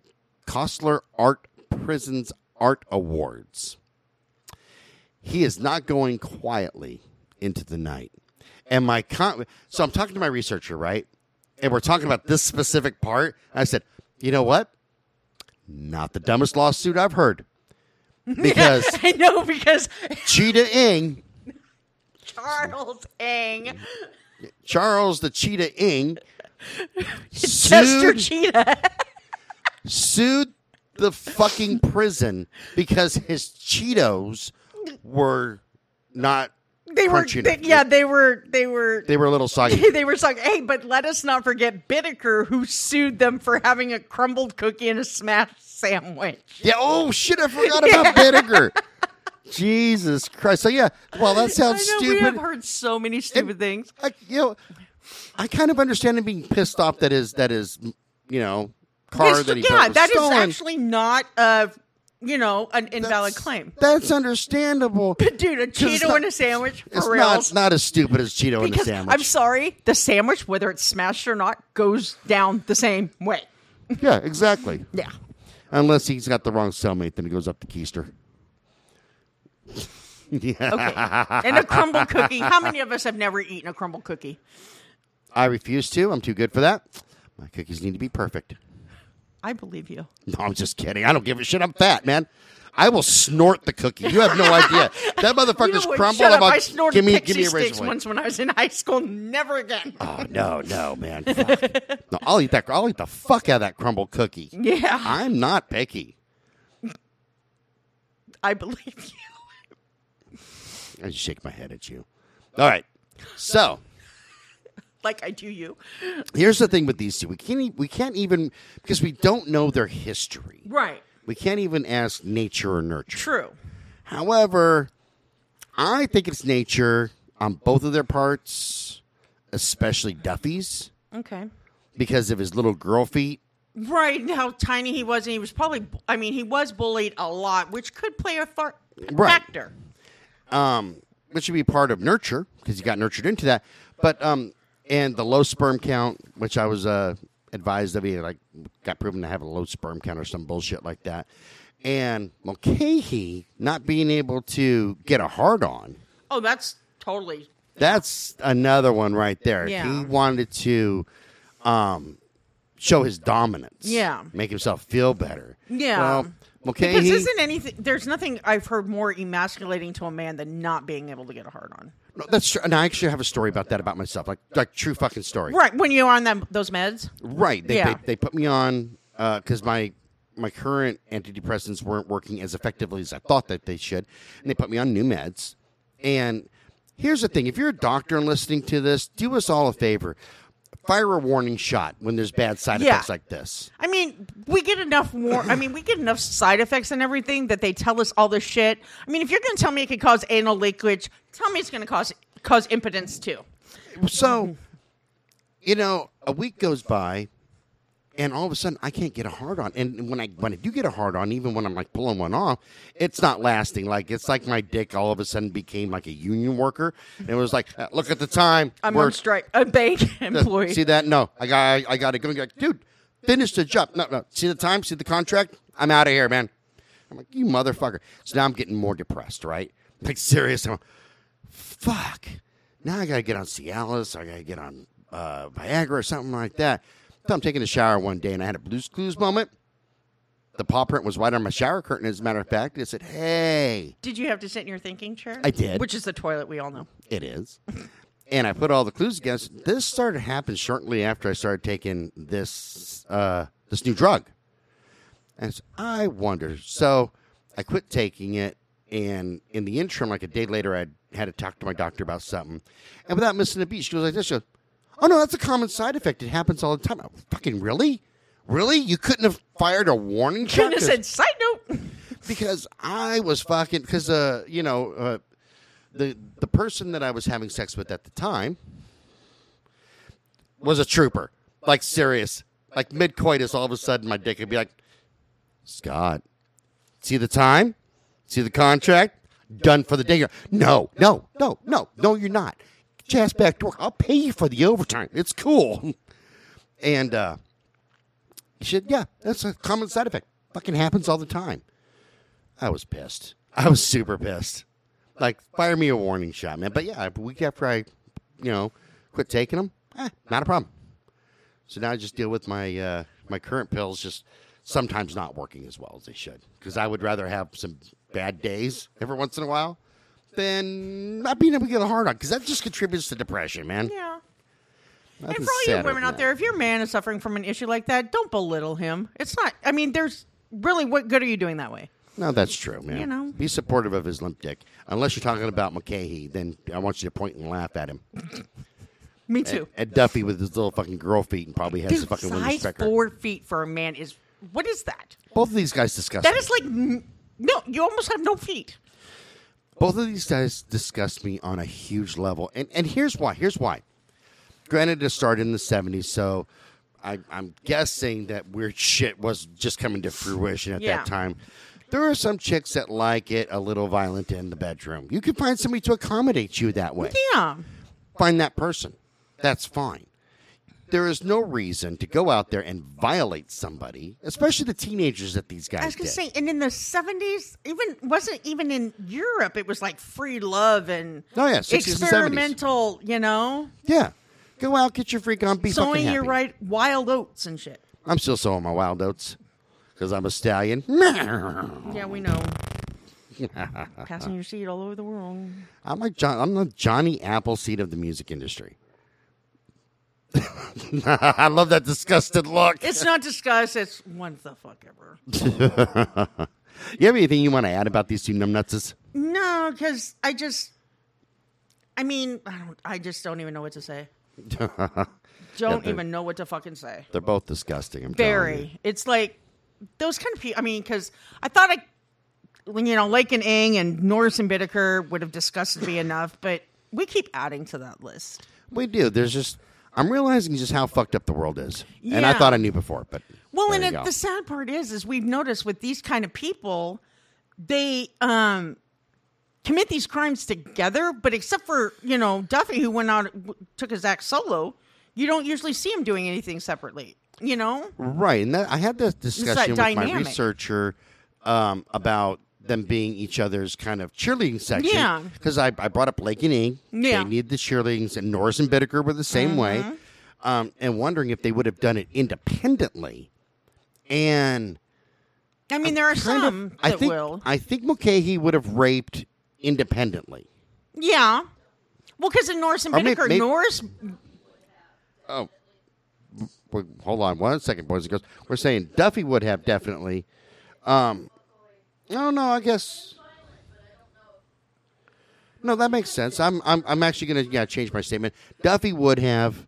Speaker 1: Kostler Art Prison's Art Awards. He is not going quietly into the night. And my con- so I'm talking to my researcher, right? And we're talking about this specific part. I said, "You know what? Not the dumbest lawsuit I've heard." Because
Speaker 2: I know because
Speaker 1: Cheetah Ing
Speaker 2: Charles Ang,
Speaker 1: Charles the Cheetah Ing
Speaker 2: Chester
Speaker 1: sued,
Speaker 2: Cheetah.
Speaker 1: sued the fucking prison because his Cheetos were not
Speaker 2: They were,
Speaker 1: crunchy
Speaker 2: they-
Speaker 1: enough.
Speaker 2: yeah, they were, they were,
Speaker 1: They were a little soggy.
Speaker 2: they were like, hey, but let us not forget Bittaker, who sued them for having a crumbled cookie and a smashed sandwich.
Speaker 1: yeah. Oh shit! I forgot about vinegar. Jesus Christ. So yeah. Well, that sounds
Speaker 2: I know we
Speaker 1: stupid.
Speaker 2: have heard so many stupid things.
Speaker 1: I, you know, I kind of understand him being pissed off that his that his you know car
Speaker 2: It's-
Speaker 1: that he
Speaker 2: yeah,
Speaker 1: bought was
Speaker 2: that is
Speaker 1: stolen.
Speaker 2: actually not a, you know, an invalid
Speaker 1: That's-
Speaker 2: claim.
Speaker 1: That's understandable.
Speaker 2: Dude, a
Speaker 1: it's
Speaker 2: Cheeto
Speaker 1: not-
Speaker 2: and a sandwich for
Speaker 1: It's
Speaker 2: real.
Speaker 1: not, it's not as stupid as Cheeto in a
Speaker 2: because
Speaker 1: sandwich.
Speaker 2: I'm sorry, the sandwich, whether it's smashed or not, goes down the same way.
Speaker 1: yeah, exactly.
Speaker 2: Yeah.
Speaker 1: Unless he's got the wrong cellmate, then he goes up to Keister.
Speaker 2: Okay. and a crumble cookie. How many of us have never eaten a crumble cookie?
Speaker 1: I refuse to. I'm too good for that. My cookies need to be perfect.
Speaker 2: I believe you.
Speaker 1: No, I'm just kidding. I don't give a shit. I'm fat, man. I will snort the cookie. You have no idea. That
Speaker 2: You know
Speaker 1: motherfucker's
Speaker 2: what?
Speaker 1: crumbled.
Speaker 2: Shut up.
Speaker 1: about-
Speaker 2: I snorted
Speaker 1: give me,
Speaker 2: pixie
Speaker 1: give me a
Speaker 2: sticks
Speaker 1: razor blade.
Speaker 2: once when I was in high school. Never again.
Speaker 1: Oh no, no, man. Fuck. no, I'll eat that. I'll eat the fuck out of that crumble cookie.
Speaker 2: yeah,
Speaker 1: I'm not picky.
Speaker 2: I believe you.
Speaker 1: I just shake my head at you. All right. So.
Speaker 2: Like I do you.
Speaker 1: here's the thing with these two we can't e- we can't even because we don't know their history
Speaker 2: Right.
Speaker 1: we can't even ask nature or nurture
Speaker 2: True.
Speaker 1: however i think it's nature on both of their parts especially duffy's
Speaker 2: Okay.
Speaker 1: because of his little girl feet
Speaker 2: Right, and how tiny he was, and he was probably, bu- I mean, he was bullied a lot, which could play a far-
Speaker 1: Right.
Speaker 2: factor.
Speaker 1: um which should be part of nurture because he got nurtured into that but um and the low sperm count which i was uh advised of he like got proven to have a low sperm count or some bullshit like that and mulcahy not being able to get a hard on
Speaker 2: Oh, that's totally.
Speaker 1: that's another one right there
Speaker 2: Yeah.
Speaker 1: he wanted to um show his dominance
Speaker 2: Yeah.
Speaker 1: make himself feel better
Speaker 2: Yeah.
Speaker 1: well Okay,
Speaker 2: Because
Speaker 1: he-
Speaker 2: isn't anything? There's nothing I've heard more emasculating to a man than not being able to get a hard on.
Speaker 1: No, that's true. And I actually have a story about that about myself, like like true fucking story.
Speaker 2: Right when you're on them those meds.
Speaker 1: Right. They,
Speaker 2: Yeah.
Speaker 1: they, they put me on because my my current antidepressants weren't working as effectively as I thought that they should, and they put me on new meds. And here's the thing: if you're a doctor and listening to this, do us all a favor. Fire a warning shot when there's bad side
Speaker 2: Yeah.
Speaker 1: effects like this.
Speaker 2: I mean, we get enough war. I mean, we get enough side effects and everything that they tell us all this shit. I mean, if you're going to tell me it could cause anal leakage, tell me it's going to cause cause impotence too.
Speaker 1: So, you know, a week goes by, and all of a sudden, I can't get a hard on. And when I when I do get a hard on, even when I'm like pulling one off, it's not lasting. Like it's like my dick all of a sudden became like a union worker, and it was like, uh, look at the time,
Speaker 2: I'm
Speaker 1: we're-
Speaker 2: on strike. A bank
Speaker 1: uh,
Speaker 2: employee.
Speaker 1: See that? No, I got I, got to go. Like, dude, finish the job. No, no. See the time. See the contract. I'm out of here, man. I'm like, you motherfucker. So now I'm getting more depressed, right? Like serious. I'm, fuck. Now I gotta get on Cialis. I gotta get on uh, Viagra or something like that. So I'm taking a shower one day and I had a Blue's Clues moment. The paw print was right on my shower curtain. As a matter of fact, it said, "Hey."
Speaker 2: Did you have to sit in your thinking chair?
Speaker 1: I did.
Speaker 2: Which is the toilet we all know.
Speaker 1: It is. and I put all the clues together. This started to happen shortly after I started taking this uh, this new drug. And so I wonder. So I quit taking it. And in the interim, like a day later, I had to talk to my doctor about something. And without missing a beat, she goes like this. She goes, Oh, no, that's a common side effect. It happens all the time. I'm, Fucking really? Really? You couldn't have fired a warning shot?
Speaker 2: Couldn't have
Speaker 1: 'Cause-
Speaker 2: said side note.
Speaker 1: because I was fucking because uh you know uh, the the person that I was having sex with at the time was a trooper, like serious, like mid coitus. All of a sudden, my dick would be like, Scott, see the time, see the contract, done for the day. You're- No, no, no, no, no, you're not. Get your ass back to work. I'll pay you for the overtime. It's cool. And uh, he said, yeah, that's a common side effect. Fucking happens all the time. I was pissed. I was super pissed. Like, fire me a warning shot, man. But yeah, a week after I, you know, quit taking them, eh, not a problem. So now I just deal with my uh, my current pills, just sometimes not working as well as they should. Because I would rather have some bad days every once in a while than not being able to get a hard on. Because that just contributes to depression, man.
Speaker 2: Yeah.
Speaker 1: Nothing
Speaker 2: And for all you
Speaker 1: sadder
Speaker 2: women
Speaker 1: than
Speaker 2: out
Speaker 1: that.
Speaker 2: there, if your man is suffering from an issue like that, don't belittle him. It's not. I mean, there's really what good are you doing that way?
Speaker 1: No, that's true, man.
Speaker 2: You know.
Speaker 1: Be supportive of his limp dick. Unless you're talking about McCahee, then I want you to point and laugh at him.
Speaker 2: Me too.
Speaker 1: Ed Duffy with his little fucking girl feet and probably has Eh, a
Speaker 2: Dude,
Speaker 1: fucking women's
Speaker 2: size
Speaker 1: pecker.
Speaker 2: four feet for a man is what is that?
Speaker 1: Both of these guys disgust
Speaker 2: That
Speaker 1: me.
Speaker 2: is like n- no. You almost have no feet.
Speaker 1: Both of these guys disgust me on a huge level. And and here's why. Here's why. Granted, it started in the 70s, so I, I'm guessing that weird shit was just coming to fruition at
Speaker 2: Yeah.
Speaker 1: that time. There are some chicks that like it a little violent in the bedroom. You can find somebody to accommodate you that way.
Speaker 2: Yeah.
Speaker 1: find that person. That's fine. There is no reason to go out there and violate somebody, especially the teenagers that these guys
Speaker 2: I was gonna
Speaker 1: did.
Speaker 2: say, and in the seventies, even wasn't even in Europe. It was like free love and
Speaker 1: Oh, yeah, 60s and 70s.
Speaker 2: experimental. You know,
Speaker 1: yeah, go out, get your freak on, be fucking
Speaker 2: sowing
Speaker 1: happy.
Speaker 2: your right wild oats and shit.
Speaker 1: I'm still sowing my wild oats because I'm a stallion.
Speaker 2: Yeah, we know. Passing your seed all over the world.
Speaker 1: I'm like John. I'm the Johnny Appleseed of the music industry. I love that disgusted look.
Speaker 2: It's not discussed. It's what the fuck ever.
Speaker 1: You have anything you want to add about these two numbnutses?
Speaker 2: No, because I just, I mean, I don't. I just don't even know what to say. don't
Speaker 1: they're-
Speaker 2: even know what to fucking say.
Speaker 1: They're both disgusting. I'm telling you.
Speaker 2: Very. It's like those kind of people. I mean, because I thought I, when you know, Lake and Ing and Norris and Bittaker would have disgusted me enough, but we keep adding to that list.
Speaker 1: We do. There's just I'm realizing just how fucked up the world is, and I
Speaker 2: Yeah.
Speaker 1: thought I knew before, but
Speaker 2: Well,
Speaker 1: there
Speaker 2: and
Speaker 1: you
Speaker 2: it,
Speaker 1: go.
Speaker 2: the sad part is, is we've noticed with these kind of people, they um, commit these crimes together. But except for you know Duffy, who went out w- took his act solo, you don't usually see him doing anything separately. You know,
Speaker 1: right, and that, I had this discussion with my
Speaker 2: dynamic.
Speaker 1: researcher um, about them being each other's kind of cheerleading section.
Speaker 2: Yeah.
Speaker 1: because I, I brought up Lake and Ing.
Speaker 2: Yeah. Uh-huh.
Speaker 1: they need the cheerleadings, and Norris and Bittaker were the same way. Um, and wondering if they would have done it independently, and
Speaker 2: I mean, there are
Speaker 1: Kind of-
Speaker 2: some
Speaker 1: I
Speaker 2: that
Speaker 1: think
Speaker 2: will.
Speaker 1: I think Mulcahy would have raped independently.
Speaker 2: Yeah. Well, because in Norris and
Speaker 1: Or may-
Speaker 2: Binnaker,
Speaker 1: may-
Speaker 2: Norris,
Speaker 1: Well, hold on one second, boys and girls. We're saying Duffy would have definitely. Um, no, no, I guess. No, that makes sense. I'm, I'm, I'm actually gonna yeah change my statement. Duffy would have,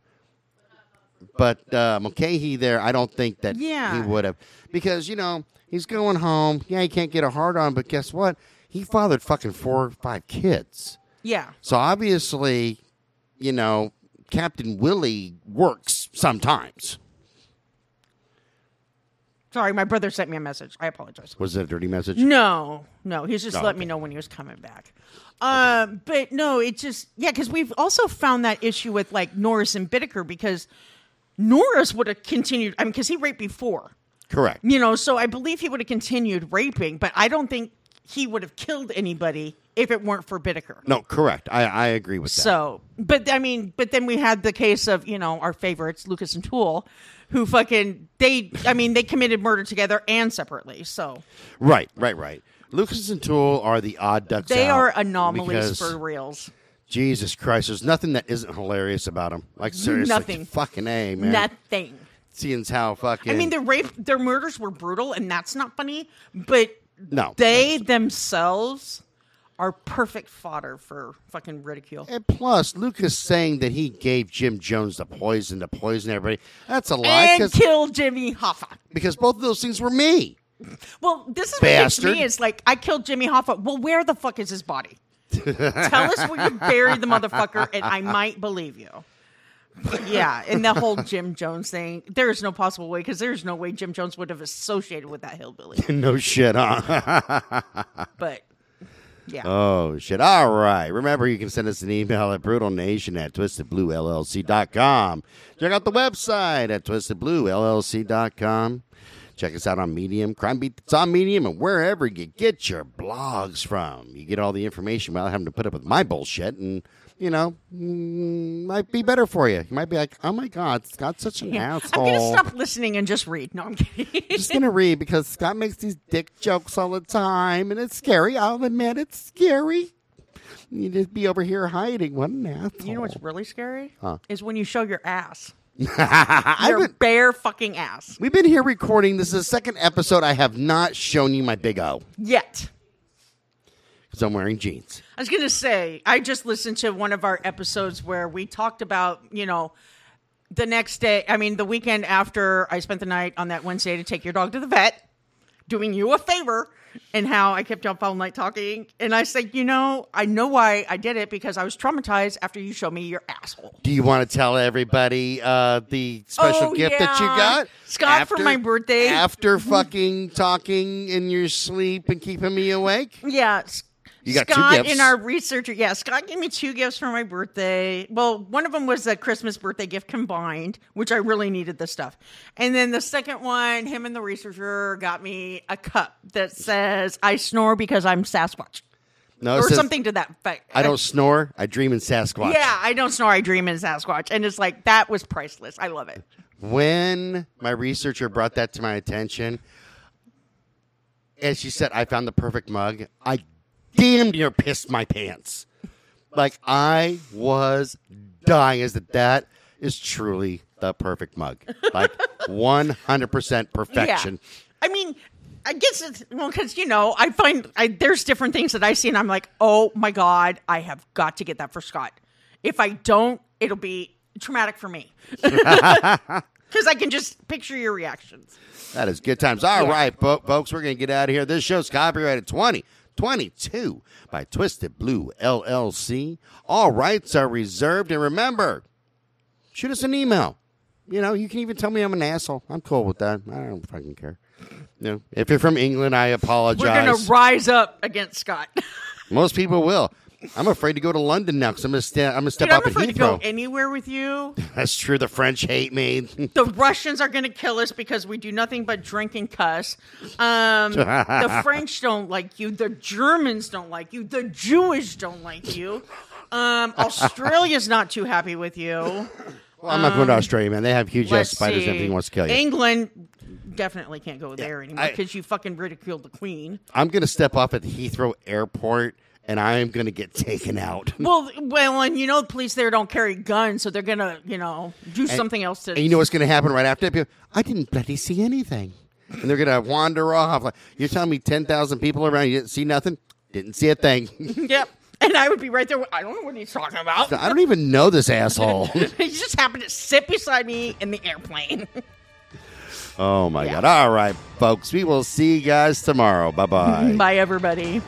Speaker 1: but uh, Mulcahy there, I don't think that
Speaker 2: Yeah.
Speaker 1: he would have because you know he's going home. Yeah, he can't get a hard on, but guess what? He fathered fucking four or five kids.
Speaker 2: yeah.
Speaker 1: So obviously, you know, Captain Willie works sometimes.
Speaker 2: Sorry, my brother sent me a message. I apologize.
Speaker 1: Was it a dirty message?
Speaker 2: Mm. No, no, he's just
Speaker 1: Oh,
Speaker 2: letting me know when he was coming back. Um, but no, it just yeah, because we've also found that issue with like Norris and Bittaker because Norris would have continued. I mean, because he raped before,
Speaker 1: Correct.
Speaker 2: you know, so I believe he would have continued raping, but I don't think he would have killed anybody if it weren't for Bittaker.
Speaker 1: No, correct. I, I agree with that.
Speaker 2: So, but I mean, but then we had the case of you know our favorites Lucas and Tool, who fucking they I mean they committed murder together and separately. So
Speaker 1: Right, right, right. Lucas and Tool are the odd ducks.
Speaker 2: they
Speaker 1: out
Speaker 2: are anomalies
Speaker 1: because,
Speaker 2: for reals.
Speaker 1: Jesus Christ. There's nothing that isn't hilarious about them. Like seriously,
Speaker 2: Nothing.
Speaker 1: Fucking a man.
Speaker 2: Nothing.
Speaker 1: Seeing as how fucking.
Speaker 2: I mean, their rape, their murders were brutal, and that's not funny. But
Speaker 1: no.
Speaker 2: they themselves are perfect fodder for fucking ridicule.
Speaker 1: and plus, Lucas saying that he gave Jim Jones the poison to poison everybody. That's a lie
Speaker 2: And
Speaker 1: 'cause-
Speaker 2: kill Jimmy Hoffa.
Speaker 1: because both of those things were me.
Speaker 2: Well, this is what gets
Speaker 1: Bastard.
Speaker 2: me is like I killed Jimmy Hoffa. Well, where the fuck is his body? Tell us where you buried the motherfucker, and I might believe you. yeah, and the whole Jim Jones thing. There is no possible way because there's no way Jim Jones would have associated with that hillbilly.
Speaker 1: No shit, huh?
Speaker 2: But yeah.
Speaker 1: Oh, shit. All right. Remember, you can send us an email at brutalnation at twistedbluellc.com. Check out the website at twistedbluellc.com. Check us out on Medium, Crime Beats on Medium, and wherever you get your blogs from. You get all the information without having to put up with my bullshit, and, you know, mm, might be better for you. You might be like, oh my God, Scott's such an
Speaker 2: Yeah.
Speaker 1: asshole.
Speaker 2: I'm gonna stop listening and just read. No, I'm kidding.
Speaker 1: just gonna read because Scott makes these dick jokes all the time, and it's scary. I'll admit it's scary. You just be over here hiding. What an asshole!
Speaker 2: you know what's really scary is when you show your ass,
Speaker 1: I
Speaker 2: your
Speaker 1: would,
Speaker 2: bare fucking ass.
Speaker 1: we've been here recording. This is the second episode. I have not shown you my big O
Speaker 2: Yet,
Speaker 1: because I'm wearing jeans.
Speaker 2: I was gonna say I just listened to one of our episodes where we talked about you know the next day. I mean, the weekend after I spent the night on that Wednesday to take your dog to the vet, doing you a favor. And how I kept up all night talking, and I said, you know, I know why I did it because I was traumatized after you showed me your asshole.
Speaker 1: Do you want to tell everybody uh, the special
Speaker 2: Oh,
Speaker 1: gift that you
Speaker 2: yeah.
Speaker 1: got,
Speaker 2: Scott, for my birthday.
Speaker 1: After fucking talking in your sleep and keeping me awake.
Speaker 2: Yeah. S-
Speaker 1: You got two
Speaker 2: Scott
Speaker 1: gifts.
Speaker 2: and our researcher. Yeah, Scott gave me two gifts for my birthday. Well, one of them was a Christmas birthday gift combined, which I really needed the stuff. And then the second one, him and the researcher got me a cup that says I snore because I'm Sasquatch.
Speaker 1: No, Oh, it
Speaker 2: Or
Speaker 1: says,
Speaker 2: something to that effect.
Speaker 1: I don't snore. I dream in Sasquatch.
Speaker 2: Yeah, I don't snore, I dream in Sasquatch. And it's like that was priceless. I love it.
Speaker 1: when my researcher brought that to my attention, and she said, I found the perfect mug, I damn near pissed my pants. Like, I was dying. Is that that is truly the perfect mug? Like, 100% perfection.
Speaker 2: Yeah. I mean, I guess it's well because you know I find I, there's different things that I see and I'm like, oh my god, I have got to get that for Scott. If I don't, it'll be traumatic for me because I can just picture your reactions.
Speaker 1: That is good times. All
Speaker 2: Yeah.
Speaker 1: right, fo- folks, we're going to get out of here. This show's copyrighted 2022 by Twisted Blue LLC. All rights are reserved. And remember, shoot us an email. You know, you can even tell me I'm an asshole. I'm cool with that. I don't fucking care. You know, if you're from England, I apologize.
Speaker 2: We're gonna rise up against Scott.
Speaker 1: Most people will. I'm afraid to go to London now because I'm going sta- I'm to step
Speaker 2: Dude, I'm
Speaker 1: up at
Speaker 2: afraid to go
Speaker 1: Heathrow.
Speaker 2: anywhere with you.
Speaker 1: That's true. The French hate me.
Speaker 2: The Russians are going to kill us because we do nothing but drink and cuss. Um, the French don't like you. The Germans don't like you. The Jewish don't like you. Um, Australia's not too happy with you.
Speaker 1: Well, I'm not going to Australia, man. They have huge ass
Speaker 2: Um, Let's
Speaker 1: spiders and
Speaker 2: see.
Speaker 1: everything wants to kill you.
Speaker 2: England definitely can't go there anymore
Speaker 1: I-
Speaker 2: because you fucking ridiculed the queen.
Speaker 1: I'm going to step off at Heathrow Airport and I am going to get taken out.
Speaker 2: Well, well, and you know the police there don't carry guns, so they're gonna, you know, do something else to.
Speaker 1: And you know what's going to happen right after that? I didn't bloody see anything. And they're going to wander off. Like, You're telling me 10,000 people around, you didn't see nothing? Didn't see a thing.
Speaker 2: yep. And I would be right there. I don't know what he's talking about.
Speaker 1: I don't even know this asshole.
Speaker 2: he just happened to sit beside me in the airplane.
Speaker 1: oh, my God. All right, folks. We will see you guys tomorrow. Bye-bye.
Speaker 2: Bye, everybody.